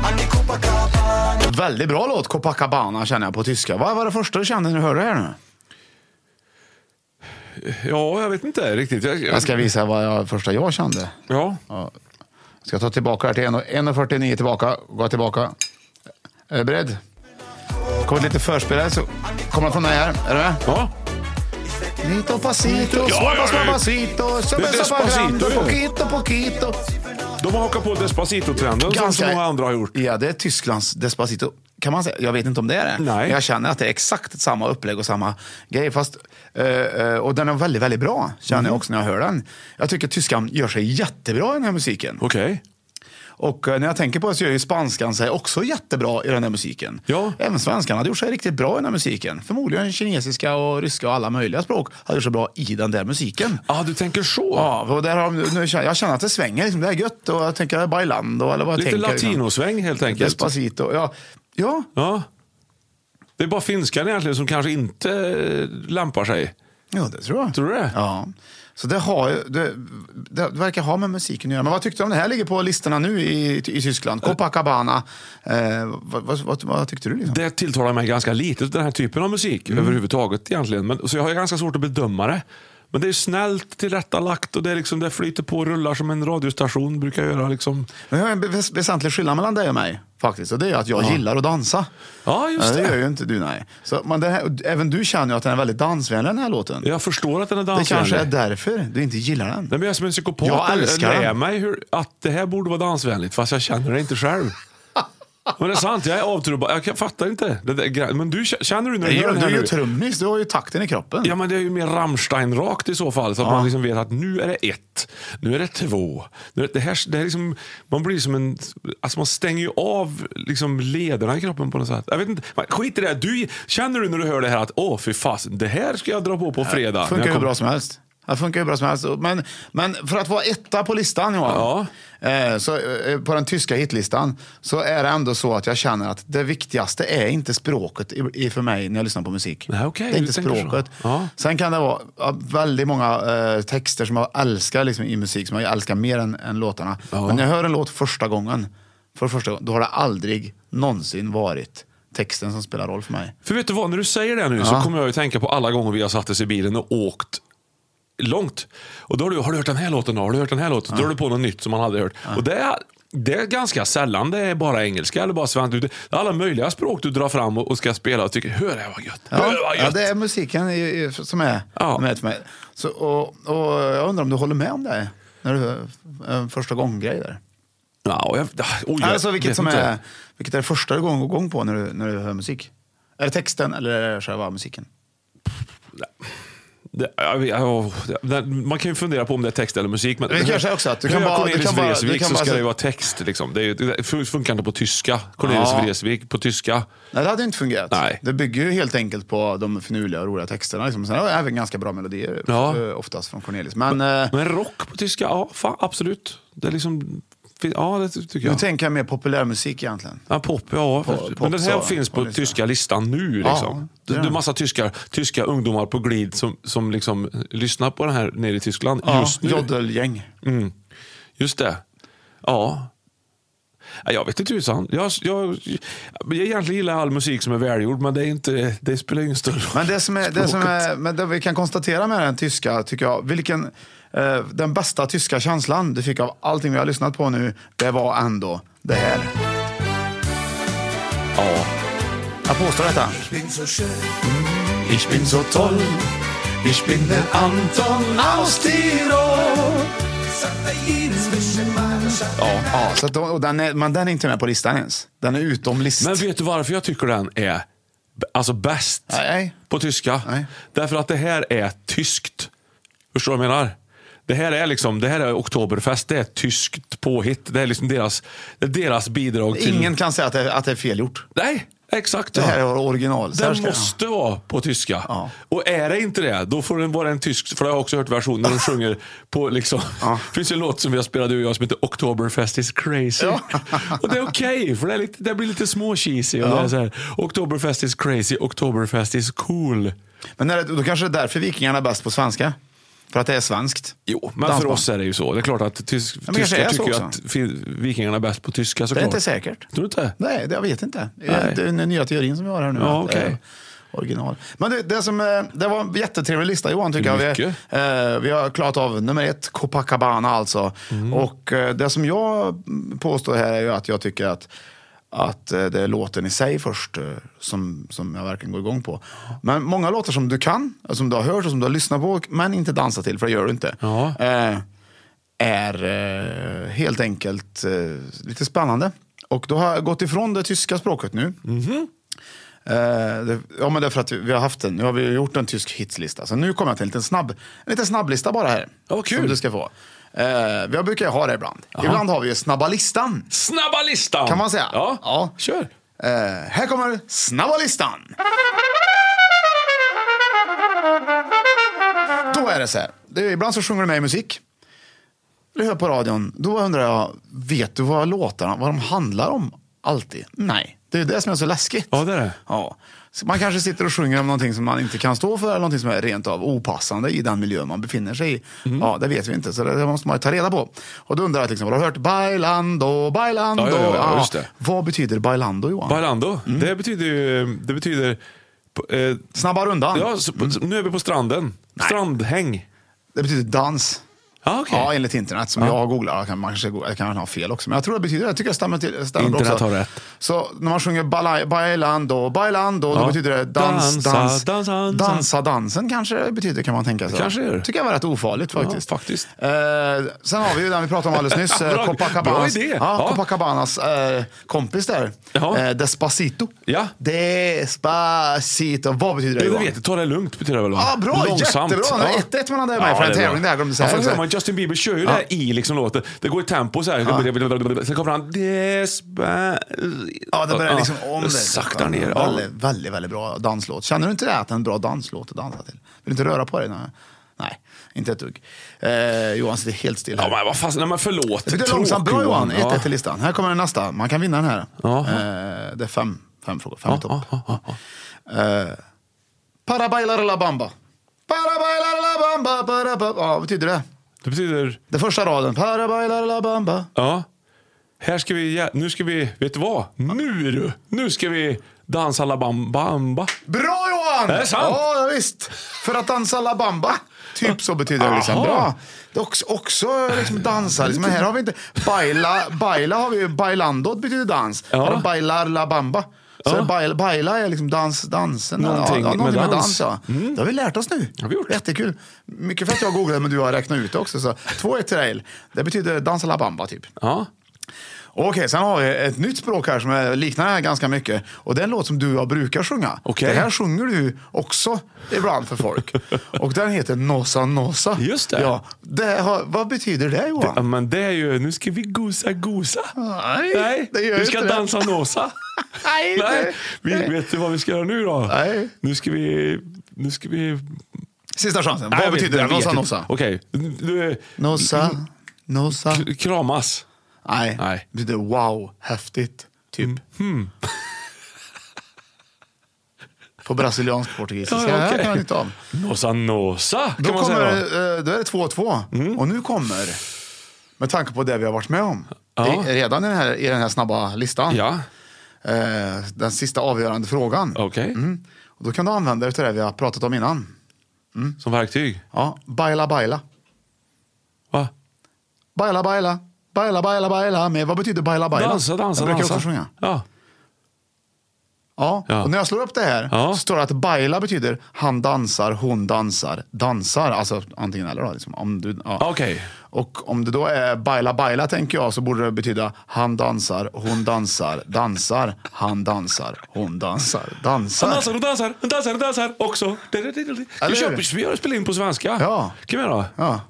Speaker 5: an die Copacabana.
Speaker 1: Väldigt bra låt, Copacabana känner jag på tyska. Vad var det första du kände när du hörde det här nu?
Speaker 2: ja, jag vet inte riktigt. Jag, jag,
Speaker 1: Jag ska visa vad jag, första jag kände.
Speaker 2: ja.
Speaker 1: Ska jag ta tillbaka här till 1.49 tillbaka. Gå tillbaka. Är du beredd? Kommer lite förspelare så kommer han från den här. Är du med?
Speaker 2: Ja.
Speaker 1: Nito pasito,
Speaker 2: Ja,
Speaker 1: suave
Speaker 2: ja, ja.
Speaker 1: suavecito,
Speaker 2: Det
Speaker 1: suave
Speaker 2: är
Speaker 1: suavecito,
Speaker 2: Despacito, ja.
Speaker 1: poquito poquito.
Speaker 2: De har hakat på Despacito-trenden som så många andra har gjort.
Speaker 1: Ja, det är Tysklands Despacito. Kan man säga. Jag vet inte om det är det.
Speaker 2: Nej.
Speaker 1: Men jag känner att det är exakt samma upplägg och samma grej. Fast, eh, eh, och den är väldigt, väldigt bra, känner
Speaker 2: Mhm.
Speaker 1: jag också när jag hör den. Jag tycker att tyskan gör sig jättebra i den här musiken.
Speaker 2: Okej.
Speaker 1: Och eh, när jag tänker på det så gör ju spanskan sig också jättebra i den här musiken.
Speaker 2: Ja.
Speaker 1: Även svenskan hade gjort sig riktigt bra i den här musiken. Förmodligen kinesiska och ryska och alla möjliga språk hade gjort sig bra i den där musiken.
Speaker 2: Ja, ah, du tänker så.
Speaker 1: Ja, och där har, de- nu, känner- jag känner att det svänger. Liksom, det är gött och jag tänker bailando. Eller vad jag
Speaker 2: Lite
Speaker 1: tänker, liksom.
Speaker 2: latinosväng helt enkelt.
Speaker 1: Despacito. Ja, ja
Speaker 2: Ja. Det är bara finskan egentligen som kanske inte eh, lämpar sig.
Speaker 1: Ja, det tror jag.
Speaker 2: Tror du det?
Speaker 1: Ja. Så det, har, ju- det, det verkar ha med musiken att göra. Men vad tyckte du om det här ligger på listorna nu i, i Tyskland? Copacabana. Eh, vad, vad, vad, vad tyckte du? Liksom?
Speaker 2: Det tilltalar mig ganska lite, den här typen av musik
Speaker 1: Mm.
Speaker 2: överhuvudtaget egentligen. Men, så jag har ganska svårt att bedöma det. Men det är snällt tillrättalagt och det, är liksom, det flyter på och rullar som en radiostation brukar göra. Liksom.
Speaker 1: Men jag har en väs- väsentlig skillnad mellan dig och mig. Faktiskt. Och det är att jag gillar att dansa.
Speaker 2: Ja, just
Speaker 1: det
Speaker 2: det.
Speaker 1: gör ju inte du. nej. Så, men det här, även du känner ju att den är väldigt dansvänlig den här låten.
Speaker 2: Jag förstår att den är
Speaker 1: det
Speaker 2: dansvänlig.
Speaker 1: kanske är därför du inte gillar den.
Speaker 2: Nej, men jag är som en psykopat.
Speaker 1: Jag älskar
Speaker 2: lär
Speaker 1: den.
Speaker 2: mig hur, att det här borde vara dansvänligt fast jag känner det inte själv. Men det är sant, jag är avtrubbad. Jag kan- fattar inte. Det där, gra- men du, k- känner du när du
Speaker 1: Nej,
Speaker 2: gör den
Speaker 1: du
Speaker 2: här
Speaker 1: är ju
Speaker 2: nu?
Speaker 1: trummis, du har ju takten i kroppen.
Speaker 2: Ja, men det är ju mer Rammstein-rakt i så fall. Så att man liksom vet att nu är det ett, nu är det två. Nu är det, det här, det här är liksom, man blir som en... Alltså man stänger ju av liksom lederna i kroppen på något sätt. Jag vet inte, men skit i det. här. Du, känner du när du hör det här att åh, fy fasen, det här ska jag dra på på fredag. när
Speaker 1: funkar
Speaker 2: jag
Speaker 1: hur
Speaker 2: kommer-
Speaker 1: bra som helst. Det funkar hur bra som helst. Men, men för att vara etta på listan Johan, eh, så, eh, på den tyska hitlistan, så är det ändå så att jag känner att det viktigaste är inte språket i, i för mig när jag lyssnar på musik.
Speaker 2: Nej, okej,
Speaker 1: det är
Speaker 2: du
Speaker 1: inte
Speaker 2: tänker så.
Speaker 1: språket.
Speaker 2: Ja.
Speaker 1: Sen kan det vara ja, väldigt många eh, texter som jag älskar liksom, i musik, som jag älskar mer än, än låtarna. Men när jag hör en låt första gången, för första gången, då har det aldrig någonsin varit texten som spelar roll för mig.
Speaker 2: För vet du vad, när du säger det nu så kommer jag ju tänka på alla gånger vi har satt oss i bilen och åkt långt. Och då har du, har du hört den här låten? Har du hört den här låten? Då har du på något nytt som man hade hört. Och det är, det är ganska sällan det är bara engelska eller bara svenska. Det är alla möjliga språk du drar fram och, och ska spela och tycker, hör det här var gött. Hör
Speaker 1: Ja,
Speaker 2: det var
Speaker 1: ja,
Speaker 2: gött.
Speaker 1: det är musiken i- i- som är
Speaker 2: Ja.
Speaker 1: som är för mig. Så, och, och jag undrar om du håller med om det? När du hör eh, första gång-grej där.
Speaker 2: Ja, och jag, oj, jag
Speaker 1: Alltså vilket,
Speaker 2: vet
Speaker 1: som
Speaker 2: inte.
Speaker 1: är, vilket är det första du gång, gång på när du, när du hör musik? Är det texten eller är det själva musiken?
Speaker 2: Det, jag vet- ja, det- man kan ju fundera på om det är text eller musik. Men
Speaker 1: Det kanske är också att du kan
Speaker 2: Hör
Speaker 1: bara-
Speaker 2: jag
Speaker 1: du
Speaker 2: Cornelis
Speaker 1: kan bara- du
Speaker 2: Vreeswijk
Speaker 1: kan
Speaker 2: så
Speaker 1: bara-
Speaker 2: ska det ju vara text. Liksom. Det, är, ju- det funkar inte på tyska. Cornelis
Speaker 1: Ja.
Speaker 2: Vreeswijk på tyska.
Speaker 1: Nej, det hade inte fungerat.
Speaker 2: Nej.
Speaker 1: Det bygger ju helt enkelt på de finurliga och roliga texterna. Liksom. Sen har jag även ganska bra melodier
Speaker 2: Ja.
Speaker 1: eh, oftast från Cornelis. Men, eh,
Speaker 2: Men rock på tyska, ja fan, absolut. Det är liksom, ja det ty- tycker
Speaker 1: nu
Speaker 2: jag.
Speaker 1: tänker jag mer populärmusik egentligen.
Speaker 2: Ja, pop, ja.
Speaker 1: Pop-
Speaker 2: men den här
Speaker 1: pop, så,
Speaker 2: finns på
Speaker 1: på listan.
Speaker 2: tyska listan nu. Liksom.
Speaker 1: det är
Speaker 2: det, det är
Speaker 1: den.
Speaker 2: massa tyskar, tyska ungdomar på glid som, som liksom lyssnar på den här nere i Tyskland just nu.
Speaker 1: Jodelgäng.
Speaker 2: Just det. Ja. Ja, Jag vet inte tusan. Jag, jag, jag egentligen gillar all musik som är välgjord, men det, är inte, det spelar ingen större roll.
Speaker 1: Men det som, är, det som är, men det vi kan konstatera med den tyska, tycker jag, vilken, eh, den bästa tyska känslan du fick av allting vi har lyssnat på nu, det var ändå det här.
Speaker 2: Ja.
Speaker 1: Jag påstår detta.
Speaker 2: Ich bin so toll, ich bin der Anton aus Tirol. Ja.
Speaker 1: Ja, så att, då- och den är, men den är inte med på listan ens. Den är utom list.
Speaker 2: Men vet du varför jag tycker den är b- alltså bäst
Speaker 1: Nej.
Speaker 2: på tyska?
Speaker 1: Nej.
Speaker 2: Därför att det här är tyskt. Förstår du vad jag menar? Det här är liksom, det här är Oktoberfest, det är ett tyskt påhitt. Det är liksom deras, det är deras bidrag till...
Speaker 1: Ingen kan säga att det, att det är felgjort.
Speaker 2: Nej, exakt.
Speaker 1: Det
Speaker 2: ja.
Speaker 1: här är original. Så här
Speaker 2: Den
Speaker 1: ska det vara.
Speaker 2: måste vara på tyska.
Speaker 1: Ja.
Speaker 2: Och är det inte det, då får den vara en tysk. För jag har jag också hört versioner där de sjunger på liksom. Det finns ju en låt som vi har spelat du och jag som heter Oktoberfest is crazy. och det är okej, för det, är lite, det blir lite små-cheesy. Och det är så här, Oktoberfest is crazy, Oktoberfest is cool.
Speaker 1: Men är det, då kanske det är därför vikingarna är bäst på svenska. För att det är svenskt.
Speaker 2: Jo, men för
Speaker 1: Dansband.
Speaker 2: oss är det ju så. Det är klart att tysk,
Speaker 1: men kanske
Speaker 2: tyskar
Speaker 1: är så
Speaker 2: tycker ju att
Speaker 1: också.
Speaker 2: fi- vikingarna är bäst på tyska
Speaker 1: Det
Speaker 2: såklart.
Speaker 1: är inte säkert.
Speaker 2: Tror du inte?
Speaker 1: Nej, det, jag vet inte.
Speaker 2: Nej.
Speaker 1: Det är den nya teorin som vi har här nu.
Speaker 2: Ja,
Speaker 1: att det är
Speaker 2: okej.
Speaker 1: Original. Men det, det, som, eh, det var en jättetrevlig lista Johan tycker jag. Vi,
Speaker 2: Mycket.
Speaker 1: eh, vi har klarat av nummer ett, Copacabana alltså. Och eh, det som jag påstår här är ju att jag tycker att att eh, det är låten i sig först eh, som, som jag verkligen går igång på. Men många låtar som du kan, eh, som du har hört och som du har lyssnat på men inte dansat till, för det gör du inte.
Speaker 2: Ja.
Speaker 1: Eh, är eh, helt enkelt eh, lite spännande. Och då har jag gått ifrån det tyska språket nu. Eh, det, ja, men det är för att vi har haft en, nu har vi gjort en tysk hitslista. Så nu kommer jag till en liten, snabb, en liten snabblista bara här.
Speaker 2: Ja, vad kul.
Speaker 1: Som du ska få. Eh, vi brukar ju ha det ibland. Ibland har vi ju snabba listan.
Speaker 2: Snabba listan!
Speaker 1: Kan man säga?
Speaker 2: Ja,
Speaker 1: Ja.
Speaker 2: kör.
Speaker 1: Eh, här kommer snabba listan. Då är det så här. Det är, ibland så sjunger du med i musik. Eller hör på radion. Då undrar jag, vet du vad låtarna vad de handlar om alltid? Nej, det är det som är så läskigt.
Speaker 2: Ja, det är det.
Speaker 1: Ja. Så Man kanske sitter och sjunger om någonting som man inte kan stå för eller någonting som är rent av opassande i den miljö man befinner sig i.
Speaker 2: Mm.
Speaker 1: Ja, det vet vi inte, så det, det måste man ju ta reda på. Och då undrar jag, till exempel, har du hört bailando, bailando?
Speaker 2: Ja, ja, ja, ja, just det.
Speaker 1: Vad betyder bailando, Johan?
Speaker 2: Bailando,
Speaker 1: Mm.
Speaker 2: det betyder ju... Det betyder... Eh,
Speaker 1: Snabba rundan.
Speaker 2: ja, så,
Speaker 1: Mm.
Speaker 2: Nu är vi på stranden. Strandhäng.
Speaker 1: Det betyder dans.
Speaker 2: Ah, okej.
Speaker 1: Ja, enligt internet som jag googlar. Jag kan, man kanske, jag kan ha fel också, men jag tror det betyder det. Jag tycker jag stämmer till. Stämmer bra
Speaker 2: Internet
Speaker 1: också.
Speaker 2: har rätt.
Speaker 1: Så när man sjunger bala- bailando, bailando, då
Speaker 2: Ja.
Speaker 1: betyder det dans,
Speaker 2: Dansa,
Speaker 1: dans.
Speaker 2: dansa, dansa.
Speaker 1: Dansa dansen kanske det betyder, kan man tänka sig.
Speaker 2: Kanske är det.
Speaker 1: tycker jag var rätt ofarligt faktiskt.
Speaker 2: Ja, faktiskt.
Speaker 1: Eh, sen har vi ju den vi pratade om alldeles nyss, eh,
Speaker 2: Bra-
Speaker 1: Copacabanas,
Speaker 2: bra idé.
Speaker 1: ja,
Speaker 2: Ja.
Speaker 1: Copacabanas eh, kompis där.
Speaker 2: Jaha.
Speaker 1: Eh, Despacito.
Speaker 2: Ja.
Speaker 1: Despacito. Vad betyder det?
Speaker 2: Det
Speaker 1: Johan?
Speaker 2: vet jag, ta det lugnt betyder det väl? va?
Speaker 1: Ja, bra,
Speaker 2: Långsamt.
Speaker 1: jättebra. Nu är det 1-1 mellan dig och mig för en
Speaker 2: det är bra.
Speaker 1: tävling där, glömde säga
Speaker 2: Ja, för
Speaker 1: också.
Speaker 2: det är man, Justin Bieber kör ju det här i liksom låten. Det går i tempo så här. Sen kommer han... Despa...
Speaker 1: Ja, det börjar liksom om det.
Speaker 2: Saktar ner. Ja.
Speaker 1: Väldigt, väldigt, väldigt bra danslåt. Känner du inte det? Att det är en bra danslåt att dansa till? Vill du inte röra på dig? Nej, Nej inte ett dugg. Eh, Johan sitter helt still här.
Speaker 2: Ja, men vad fan, nej men förlåt.
Speaker 1: det är långsamt
Speaker 2: Tråk,
Speaker 1: bra Johan. 1-1
Speaker 2: Ja.
Speaker 1: till listan. Här kommer den nästa. Man kan vinna den här.
Speaker 2: Jaha.
Speaker 1: Eh, det är fem, fem frågor. Fem i topp.
Speaker 2: Ja, ja, ja, ja.
Speaker 1: Para bailar la bamba. Para bailar la bamba. Para ba- Ja, vad betyder det?
Speaker 2: Det betyder...
Speaker 1: Det första raden. Para bailar la bamba.
Speaker 2: Ja. Här ska vi... jä- Nu ska vi... Vet du vad? Nu du! Nu ska vi dansa la bam, bamba.
Speaker 1: Bra Johan!
Speaker 2: Är det sant?
Speaker 1: Ja, ja, visst. För att dansa la bamba. Typ så betyder det liksom.
Speaker 2: Aha.
Speaker 1: Bra. Det är också, också liksom dansa. Liksom, här har vi inte... Baila, baila har vi ju. Bailando betyder dans.
Speaker 2: Ja.
Speaker 1: Här har bailar la bamba. Så
Speaker 2: Ja.
Speaker 1: baila, baila är liksom dans, dansen.
Speaker 2: Någonting
Speaker 1: ja, ja,
Speaker 2: med
Speaker 1: någonting med dans.
Speaker 2: dans. Mm.
Speaker 1: ja. Det har vi lärt oss nu.
Speaker 2: har vi gjort.
Speaker 1: Jättekul. Mycket för att jag googlade men du har räknat ut det också. Så 2-1 till dig. Det betyder dansa la bamba typ.
Speaker 2: Ja.
Speaker 1: Okej, sen har vi ett nytt språk här som är- liknar det här ganska mycket. Och det är en låt som du och jag brukar sjunga.
Speaker 2: Okej.
Speaker 1: Det här sjunger du också ibland för folk. och den heter Nosa Nosa.
Speaker 2: Just det.
Speaker 1: Ja, det har, vad betyder det Johan?
Speaker 2: Ja, Men det är ju... Nu ska vi gosa gosa.
Speaker 1: Nej,
Speaker 2: Nej,
Speaker 1: det gör
Speaker 2: vi ska
Speaker 1: inte det.
Speaker 2: dansa nosa.
Speaker 1: Nej,
Speaker 2: Nej,
Speaker 1: det-
Speaker 2: vi, vet du vad vi ska göra nu då?
Speaker 1: Nej.
Speaker 2: Nu ska vi... Nu ska vi...
Speaker 1: Sista chansen.
Speaker 2: Nej, jag
Speaker 1: vad
Speaker 2: vet-
Speaker 1: betyder
Speaker 2: jag
Speaker 1: det?
Speaker 2: vet
Speaker 1: Nosa
Speaker 2: inte.
Speaker 1: Nosa.
Speaker 2: Okej. Okay.
Speaker 1: Nosa, Nosa.
Speaker 2: Kramas.
Speaker 1: Nej.
Speaker 2: Nej. Mm. Hmm.
Speaker 1: Det betyder wow, häftigt. Typ. På brasiliansk portugisiska.
Speaker 2: Ja, ja,
Speaker 1: Det här
Speaker 2: okej.
Speaker 1: kan jag inte av.
Speaker 2: Nosa nosa kan
Speaker 1: Då,
Speaker 2: man säga
Speaker 1: kommer,
Speaker 2: då. Mm.
Speaker 1: eh, då är det 2-2. Och nu kommer, med tanke på det vi har varit med om,
Speaker 2: Ja.
Speaker 1: i, redan i den, här, i den här snabba listan,
Speaker 2: Ja,
Speaker 1: eh, den sista avgörande frågan.
Speaker 2: okej.
Speaker 1: Mm. Och då kan du använda dig av det vi har pratat om innan.
Speaker 2: Som verktyg.
Speaker 1: Ja, baila baila.
Speaker 2: Va?
Speaker 1: Baila baila. Baila baila baila. Men vad betyder baila baila?
Speaker 2: Dansa, dansa,
Speaker 1: Jag brukar
Speaker 2: dansa.
Speaker 1: också sjunga.
Speaker 2: Ja.
Speaker 1: Ja.
Speaker 2: Ja.
Speaker 1: Och när jag slår upp det här
Speaker 2: Ja.
Speaker 1: så står det att baila betyder han dansar, hon dansar, dansar. Alltså antingen eller då. Liksom. Om du, ja.
Speaker 2: Okej.
Speaker 1: Och om det då är baila baila tänker jag så borde det betyda han dansar, hon dansar, dansar, han dansar, hon dansar, dansar.
Speaker 2: Han dansar och dansar, han dansar och dansar också.
Speaker 1: Eller
Speaker 2: Jag
Speaker 1: hur?
Speaker 2: köper, vi spelar in på svenska.
Speaker 1: Ja.
Speaker 2: kan vi göra.
Speaker 1: Ja.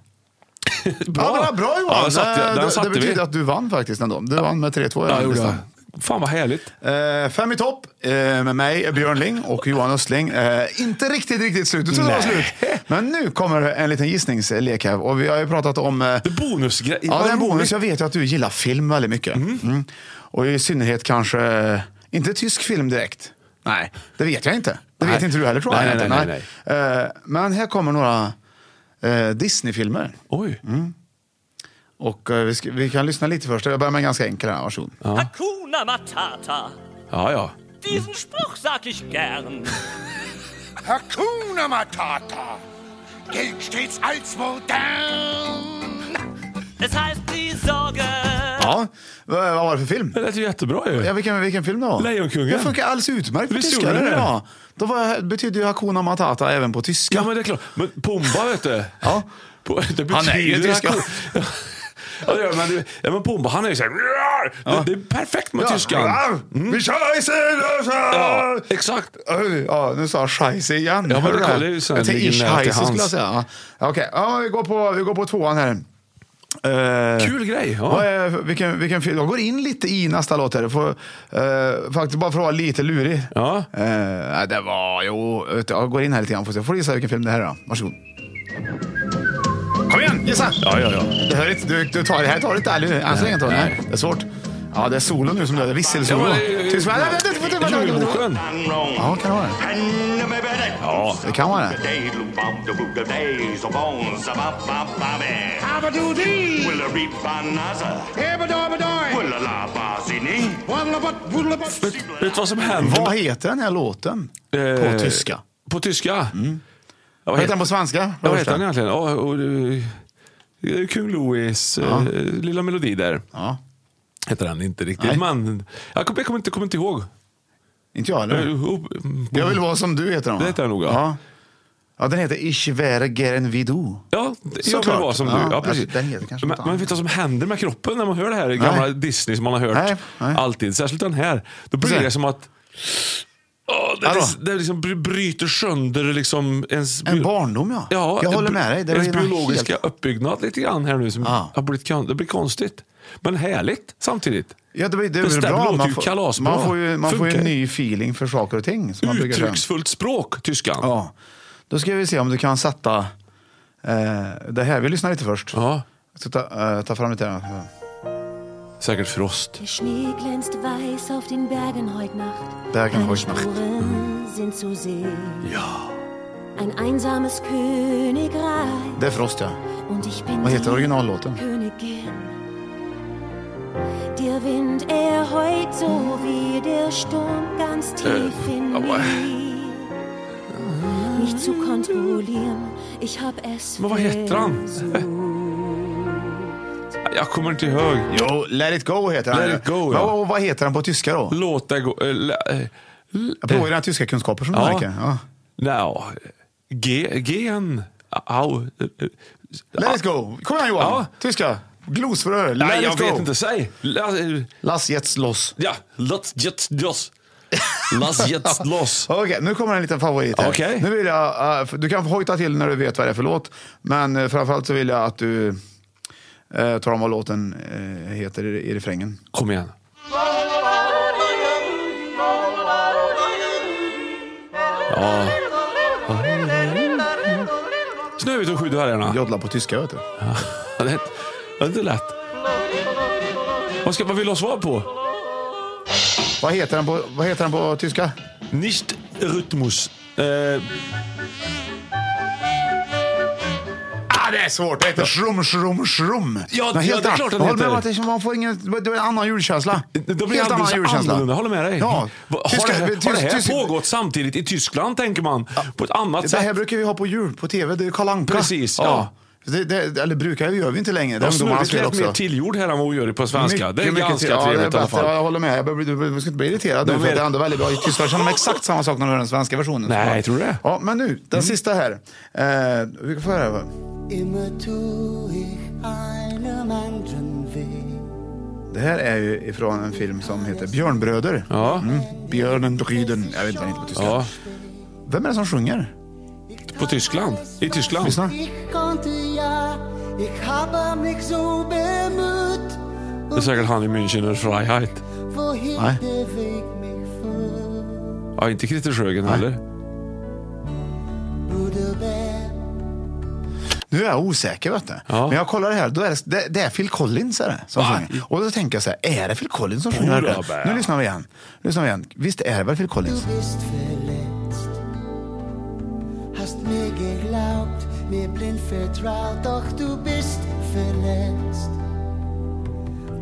Speaker 2: Bra.
Speaker 1: Bra. Ja, bra Johan!
Speaker 2: Ja, den satte,
Speaker 1: Eh,
Speaker 2: den
Speaker 1: det,
Speaker 2: satte
Speaker 1: det betyder
Speaker 2: vi.
Speaker 1: att du vann faktiskt ändå. Du vann med 3-2 i
Speaker 2: Ja,
Speaker 1: den
Speaker 2: det gjorde
Speaker 1: listan.
Speaker 2: jag. Fan vad härligt.
Speaker 1: Eh, fem i topp eh, med mig, eh, Björn Ling och Johan Östling. Eh, inte riktigt, riktigt slut. Du trodde det var
Speaker 2: Nej.
Speaker 1: slut. Men nu kommer en liten gissningslek här. Och vi har ju pratat om... Eh,
Speaker 2: Det är bonusgrej.
Speaker 1: ja, det är en bonus.
Speaker 2: roligt.
Speaker 1: Jag vet ju att du gillar film väldigt mycket. Mm. Och i synnerhet kanske... eh, Inte tysk film direkt. Nej. Det vet jag inte. Det
Speaker 2: Nej.
Speaker 1: vet inte du heller tror jag.
Speaker 2: Nej, nej,
Speaker 1: egentligen.
Speaker 2: nej,
Speaker 1: Eh, men här kommer några eh, Disney-filmer.
Speaker 2: Oj.
Speaker 1: Och eh, vi, ska, vi kan lyssna lite först. Jag börjar med en ganska enkel här. Varsågod.
Speaker 3: Hakuna Matata.
Speaker 2: Ja, ja.
Speaker 3: Diesen Spruch sag ich gern.
Speaker 5: Hakuna Matata gilt stets als modern.
Speaker 3: Es heißt die Sorge.
Speaker 1: Ja, vad, vad var det för film?
Speaker 2: Det lät ju jättebra ju.
Speaker 1: Ja, vilken, vilken film det var?
Speaker 2: Lejonkungen.
Speaker 1: Det funkar alldeles utmärkt på
Speaker 2: Visst
Speaker 1: tyska.
Speaker 2: gjorde
Speaker 1: Det.
Speaker 2: det?
Speaker 1: Ja. Då var, betyder ju Hakuna Matata även på tyska.
Speaker 2: Ja, men det är klart. Men Pumba, vet du.
Speaker 1: Ja.
Speaker 2: På- Det betyder
Speaker 1: Han är ju tyska.
Speaker 2: Ja, det gör, men, det- ja, men Pumba, han är ju såhär... Det, det är perfekt med
Speaker 1: Ja.
Speaker 2: tyskan. Mm.
Speaker 1: Ja, Vi kör i Sydöstra!
Speaker 2: Ja, exakt.
Speaker 1: Oj, Ja, nu sa jag scheisse igen.
Speaker 2: Ja, men
Speaker 1: Hörde
Speaker 2: det
Speaker 1: här?
Speaker 2: kollar ju så här,
Speaker 1: Jag tänkte
Speaker 2: ligger nära till
Speaker 1: ischheise skulle
Speaker 2: hands.
Speaker 1: jag säga. Ja, Okej, ja, vi, går på, vi går på tvåan här. Eh,
Speaker 2: Kul grej.
Speaker 1: Vad
Speaker 2: Ja.
Speaker 1: är, vilken, vilken film? Jag går in lite i nästa låt här. Får, eh, faktiskt bara för att vara lite lurig.
Speaker 2: Ja.
Speaker 1: Eh, nej, det var, jo, vet du, jag går in här lite grann. Får, se. får du gissa vilken film det här är då? Varsågod. Kom igen, gissa!
Speaker 2: Ja, ja, ja.
Speaker 1: Det här är inte, du, du tar, det här tar du inte ärligt än så länge. Tony. Nej, Det är svårt. Ja, det är solo nu som det är. Visselsolo.
Speaker 2: Ja, men det är ju-
Speaker 1: Tyst, vänta, vänta, vänta, vänta, vänta, vänta.
Speaker 2: Julboken.
Speaker 1: Ja, kan det vara det?
Speaker 2: Ja.
Speaker 1: Det kan vara det.
Speaker 2: Vet vet du vad som händer?
Speaker 1: Vad heter den här låten?
Speaker 2: Eh,
Speaker 1: På tyska. Mm.
Speaker 2: På tyska? Ja,
Speaker 1: Vad heter den på svenska?
Speaker 2: Ja, vad heter han egentligen? Ja, och, eh, det är ju Kung Louis eh,
Speaker 1: Ja.
Speaker 2: lilla melodi där.
Speaker 1: Ja.
Speaker 2: Heter han inte riktigt.
Speaker 1: Nej.
Speaker 2: Men jag kommer, jag kommer, inte, kommer inte ihåg.
Speaker 1: Inte jag eller?
Speaker 2: Eh, upp-
Speaker 1: Jag vill vara som du heter den va?
Speaker 2: Det heter den nog, ja.
Speaker 1: ja. Ja, den heter Ich wäre gern wie du.
Speaker 2: Ja, det- jag
Speaker 1: Såklart.
Speaker 2: vill vara som
Speaker 1: Ja,
Speaker 2: du. Ja, precis.
Speaker 1: alltså, den heter kanske
Speaker 2: men,
Speaker 1: något
Speaker 2: men
Speaker 1: annat.
Speaker 2: vet du vad som händer med kroppen när man hör det här? i Gamla Disney som man har hört
Speaker 1: Nej, nej.
Speaker 2: alltid. Särskilt den här. Då blir
Speaker 1: Precis.
Speaker 2: det som att Åh, det,
Speaker 1: Hallå?
Speaker 2: det, det liksom bry- bryter sönder liksom ens...
Speaker 1: En barndom ja.
Speaker 2: Ja,
Speaker 1: jag
Speaker 2: en
Speaker 1: håller
Speaker 2: bi-
Speaker 1: med dig. Det är
Speaker 2: ens
Speaker 1: ju något
Speaker 2: biologiska
Speaker 1: helt-
Speaker 2: uppbyggnad lite grann här nu. Som
Speaker 1: Ja.
Speaker 2: har blivit, kon- det blir konstigt. Men härligt samtidigt.
Speaker 1: Ja, det, blir- det
Speaker 2: Den
Speaker 1: är
Speaker 2: stämmer
Speaker 1: bra.
Speaker 2: låter
Speaker 1: Man
Speaker 2: ju
Speaker 1: får,
Speaker 2: kalasbra.
Speaker 1: man får ju man får ju en
Speaker 2: Funkar.
Speaker 1: ny feeling för saker och ting. Som man brukar säga.
Speaker 2: Uttrycksfullt språk, tyskan.
Speaker 1: Ja. Då ska vi se om du kan sätta eh, det här. Vi lyssnar lite först.
Speaker 2: Ja,
Speaker 1: Jag ska ta, eh, ta fram lite. här.
Speaker 2: Säkert Frost.
Speaker 3: Der Schnee glänzt weiß auf den Bergen heute Nacht.
Speaker 1: Bergen
Speaker 3: Deine
Speaker 1: heute Nacht.
Speaker 3: Spuren sind zu sehen.
Speaker 2: Ja.
Speaker 3: Ein einsames Königreich.
Speaker 1: Det är Frost ja.
Speaker 3: Und ich bin
Speaker 1: Vad heter
Speaker 3: die
Speaker 1: originallåten?
Speaker 3: Königin. Der Wind, er heult so wie der Sturm ganz tief in
Speaker 2: aber-
Speaker 3: mir. Nicht zu kontrollieren, ich hab es
Speaker 2: Men vad heter han? Jag kommer inte ihåg.
Speaker 1: Jo, Let it go heter den.
Speaker 2: Let it go,
Speaker 1: Men
Speaker 2: ja.
Speaker 1: vad- vad heter den på tyska då?
Speaker 2: Låt det gå. eh, lä- eh,
Speaker 1: Jag provar dina tyska kunskaper som du
Speaker 2: Ja.
Speaker 1: märker. Ja.
Speaker 2: Nå. G- Gen. Au. eh, eh,
Speaker 1: Let it go. Kom igen Johan.
Speaker 2: Ja.
Speaker 1: Tyska. Glosfrö. Let
Speaker 2: Nej,
Speaker 1: it
Speaker 2: jag
Speaker 1: go.
Speaker 2: vet inte. Säg. La- eh,
Speaker 1: Lass jetzt los.
Speaker 2: Ja, låt jet loss. Lass jet loss.
Speaker 1: Okej, nu kommer en liten favorit här.
Speaker 2: Okej.
Speaker 1: Nu vill jag, eh, du kan hojta till när du vet vad det är för låt. Men eh, framförallt så vill jag att du eh, tar om vad låten eh, heter i, i refrängen.
Speaker 2: Kom igen. Ja. Snö ut och sju dvärgarna.
Speaker 1: Jodla på tyska vet du.
Speaker 2: Ja, det, det är inte lätt. Vad, ska, vad vill du ha svar på?
Speaker 1: Vad heter den på, vad heter den på tyska?
Speaker 2: Nicht Rhythmus. Eh,
Speaker 1: Ah, det är svårt. Det heter Shrum Shrum Shrum.
Speaker 2: Ja,
Speaker 1: Men
Speaker 2: ja, det är
Speaker 1: annan-
Speaker 2: klart den
Speaker 1: Jag håller med
Speaker 2: heter.
Speaker 1: om att det- man får ingen, det är en annan julkänsla.
Speaker 2: det blir helt annan julkänsla. Annorlunda, håller med dig.
Speaker 1: Ja.
Speaker 2: Va- Har,
Speaker 1: Tyska-
Speaker 2: det, här-
Speaker 1: tysk-
Speaker 2: har det här
Speaker 1: tysk-
Speaker 2: pågått samtidigt i Tyskland, tänker man? På ett annat
Speaker 1: Det här
Speaker 2: sätt.
Speaker 1: brukar vi ha på jul på tv. Det är Kalle Anka.
Speaker 2: Precis, ja.
Speaker 1: Det, det, eller brukar vi, gör vi inte längre. Det är
Speaker 2: Och
Speaker 1: ungdomarnas
Speaker 2: snurret
Speaker 1: fel
Speaker 2: lät mer
Speaker 1: också.
Speaker 2: tillgjord här än vad vi gör det på svenska. det är
Speaker 1: Mycket, mycket
Speaker 2: ganska
Speaker 1: till- ja, det är
Speaker 2: trevligt i alla
Speaker 1: bättre. Ja,
Speaker 2: fall.
Speaker 1: jag håller med. Jag behöver- Du, du ska inte bli irriterad nu,
Speaker 2: De
Speaker 1: för
Speaker 2: är-
Speaker 1: det är ändå väldigt bra. I Tyskland känner de exakt samma sak när de hör den svenska versionen.
Speaker 2: Nej,
Speaker 1: såklart.
Speaker 2: tror du det? Mm.
Speaker 1: Ja, men nu, den sista här. Eh, vi kan få höra. här. Det här är ju ifrån en film som heter Björnbröder.
Speaker 2: Ja.
Speaker 1: Mm. Björnen Dryden. Jag vet inte vad den heter på tyska.
Speaker 2: Ja,
Speaker 1: Vem är det som sjunger?
Speaker 2: på Tyskland. I Tyskland.
Speaker 1: Lyssna.
Speaker 2: Det är säkert han i München och Freiheit.
Speaker 1: Nej.
Speaker 2: Ja, inte Christer Sjögren heller.
Speaker 1: Nu är jag osäker, vet du.
Speaker 2: Ja.
Speaker 1: Men jag kollar det här. Då är det, det, det är Phil Collins är det, som
Speaker 2: Va?
Speaker 1: sjunger. Och då tänker jag så här, är det Phil Collins som sjunger?
Speaker 2: Jodå,
Speaker 1: verkligen?
Speaker 2: bä.
Speaker 1: Nu lyssnar vi igen. Nu lyssnar vi igen. Visst är det väl Phil Collins?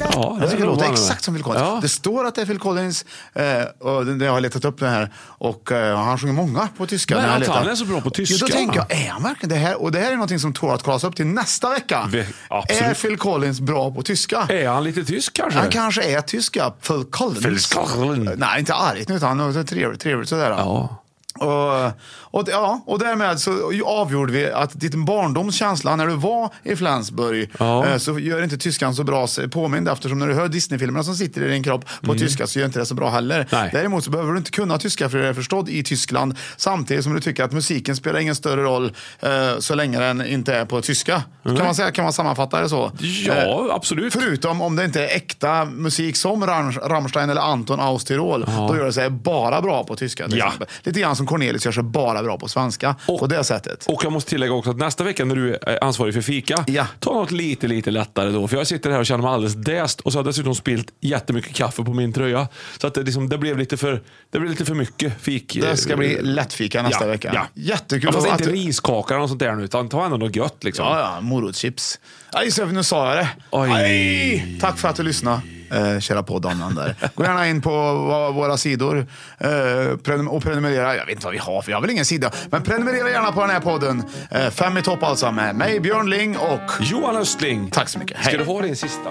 Speaker 2: Ja,
Speaker 1: jag
Speaker 2: det
Speaker 1: tycker det låter
Speaker 2: var det.
Speaker 1: exakt som Phil Collins.
Speaker 2: Ja.
Speaker 1: Det står att det är Phil Collins. Eh, och det- jag har letat upp den här. Och eh, han sjunger många på tyska.
Speaker 2: Men
Speaker 1: när jag
Speaker 2: att
Speaker 1: letar.
Speaker 2: han är så bra på tyska.
Speaker 1: Ja, då tänker jag, är han verkligen det här? Och det här är någonting som tål att kollas upp till nästa vecka.
Speaker 2: Ve- absolut.
Speaker 1: Är Phil Collins bra på tyska?
Speaker 2: Är han lite tysk kanske?
Speaker 1: Han kanske är tyska, Phil Collins.
Speaker 2: Phil Collins.
Speaker 1: Nej, inte argt, utan han är trevligt, trevligt sådär.
Speaker 2: Ja.
Speaker 1: Och, och, ja, och därmed så avgjorde vi att ditt barndomskänsla när du var i Flensburg
Speaker 2: Ja.
Speaker 1: eh, så gör inte tyskan så bra sig påmind eftersom när du hör Disney-filmerna som sitter i din kropp på tyska så gör inte det så bra heller.
Speaker 2: Mm. Nej.
Speaker 1: Däremot så behöver du inte kunna tyska för att är förstådd i Tyskland samtidigt som du tycker att musiken spelar ingen större roll eh, så länge den inte är på tyska. Kan, man säga, kan man sammanfatta det så? Eh,
Speaker 2: Ja, absolut.
Speaker 1: Förutom om det inte är äkta musik som Ram- Rammstein eller Anton aus Tirol. Då gör det sig bara bra på tyska. till
Speaker 2: Ja.
Speaker 1: exempel. Lite grann som Cornelius gör sig bara bra på svenska.
Speaker 2: Och-
Speaker 1: på det sättet.
Speaker 2: Och jag måste tillägga också att nästa vecka när du är ansvarig för fika,
Speaker 1: Ja.
Speaker 2: ta något lite, lite lättare då. För jag sitter här och känner mig alldeles däst och så har jag dessutom spilt jättemycket kaffe på min tröja. Så att det, liksom, det, blev, lite för, det blev lite för mycket fik. eh,
Speaker 1: det ska bli lättfika nästa
Speaker 2: ja,
Speaker 1: vecka.
Speaker 2: Ja.
Speaker 1: Jättekul.
Speaker 2: Ja, fast
Speaker 1: att
Speaker 2: inte
Speaker 1: du-
Speaker 2: riskaka eller något sånt där nu, utan ta ändå något gött. Liksom.
Speaker 1: Ja, ja, morotschips. Aj, just det, nu sa jag det.
Speaker 2: Oj.
Speaker 1: Aj! Tack för att du lyssnade, eh, kära poddamnandare. Gå gärna in på va- våra sidor eh, prenum- och prenumerera. Jag vet inte vad vi har, för jag har väl ingen sida. Men prenumerera gärna på den här podden. Eh, fem i topp alltså med mig, Björn Ling och...
Speaker 2: Johan Östling,
Speaker 1: Tack så mycket.
Speaker 2: ska
Speaker 1: Hej.
Speaker 2: du ha din sista?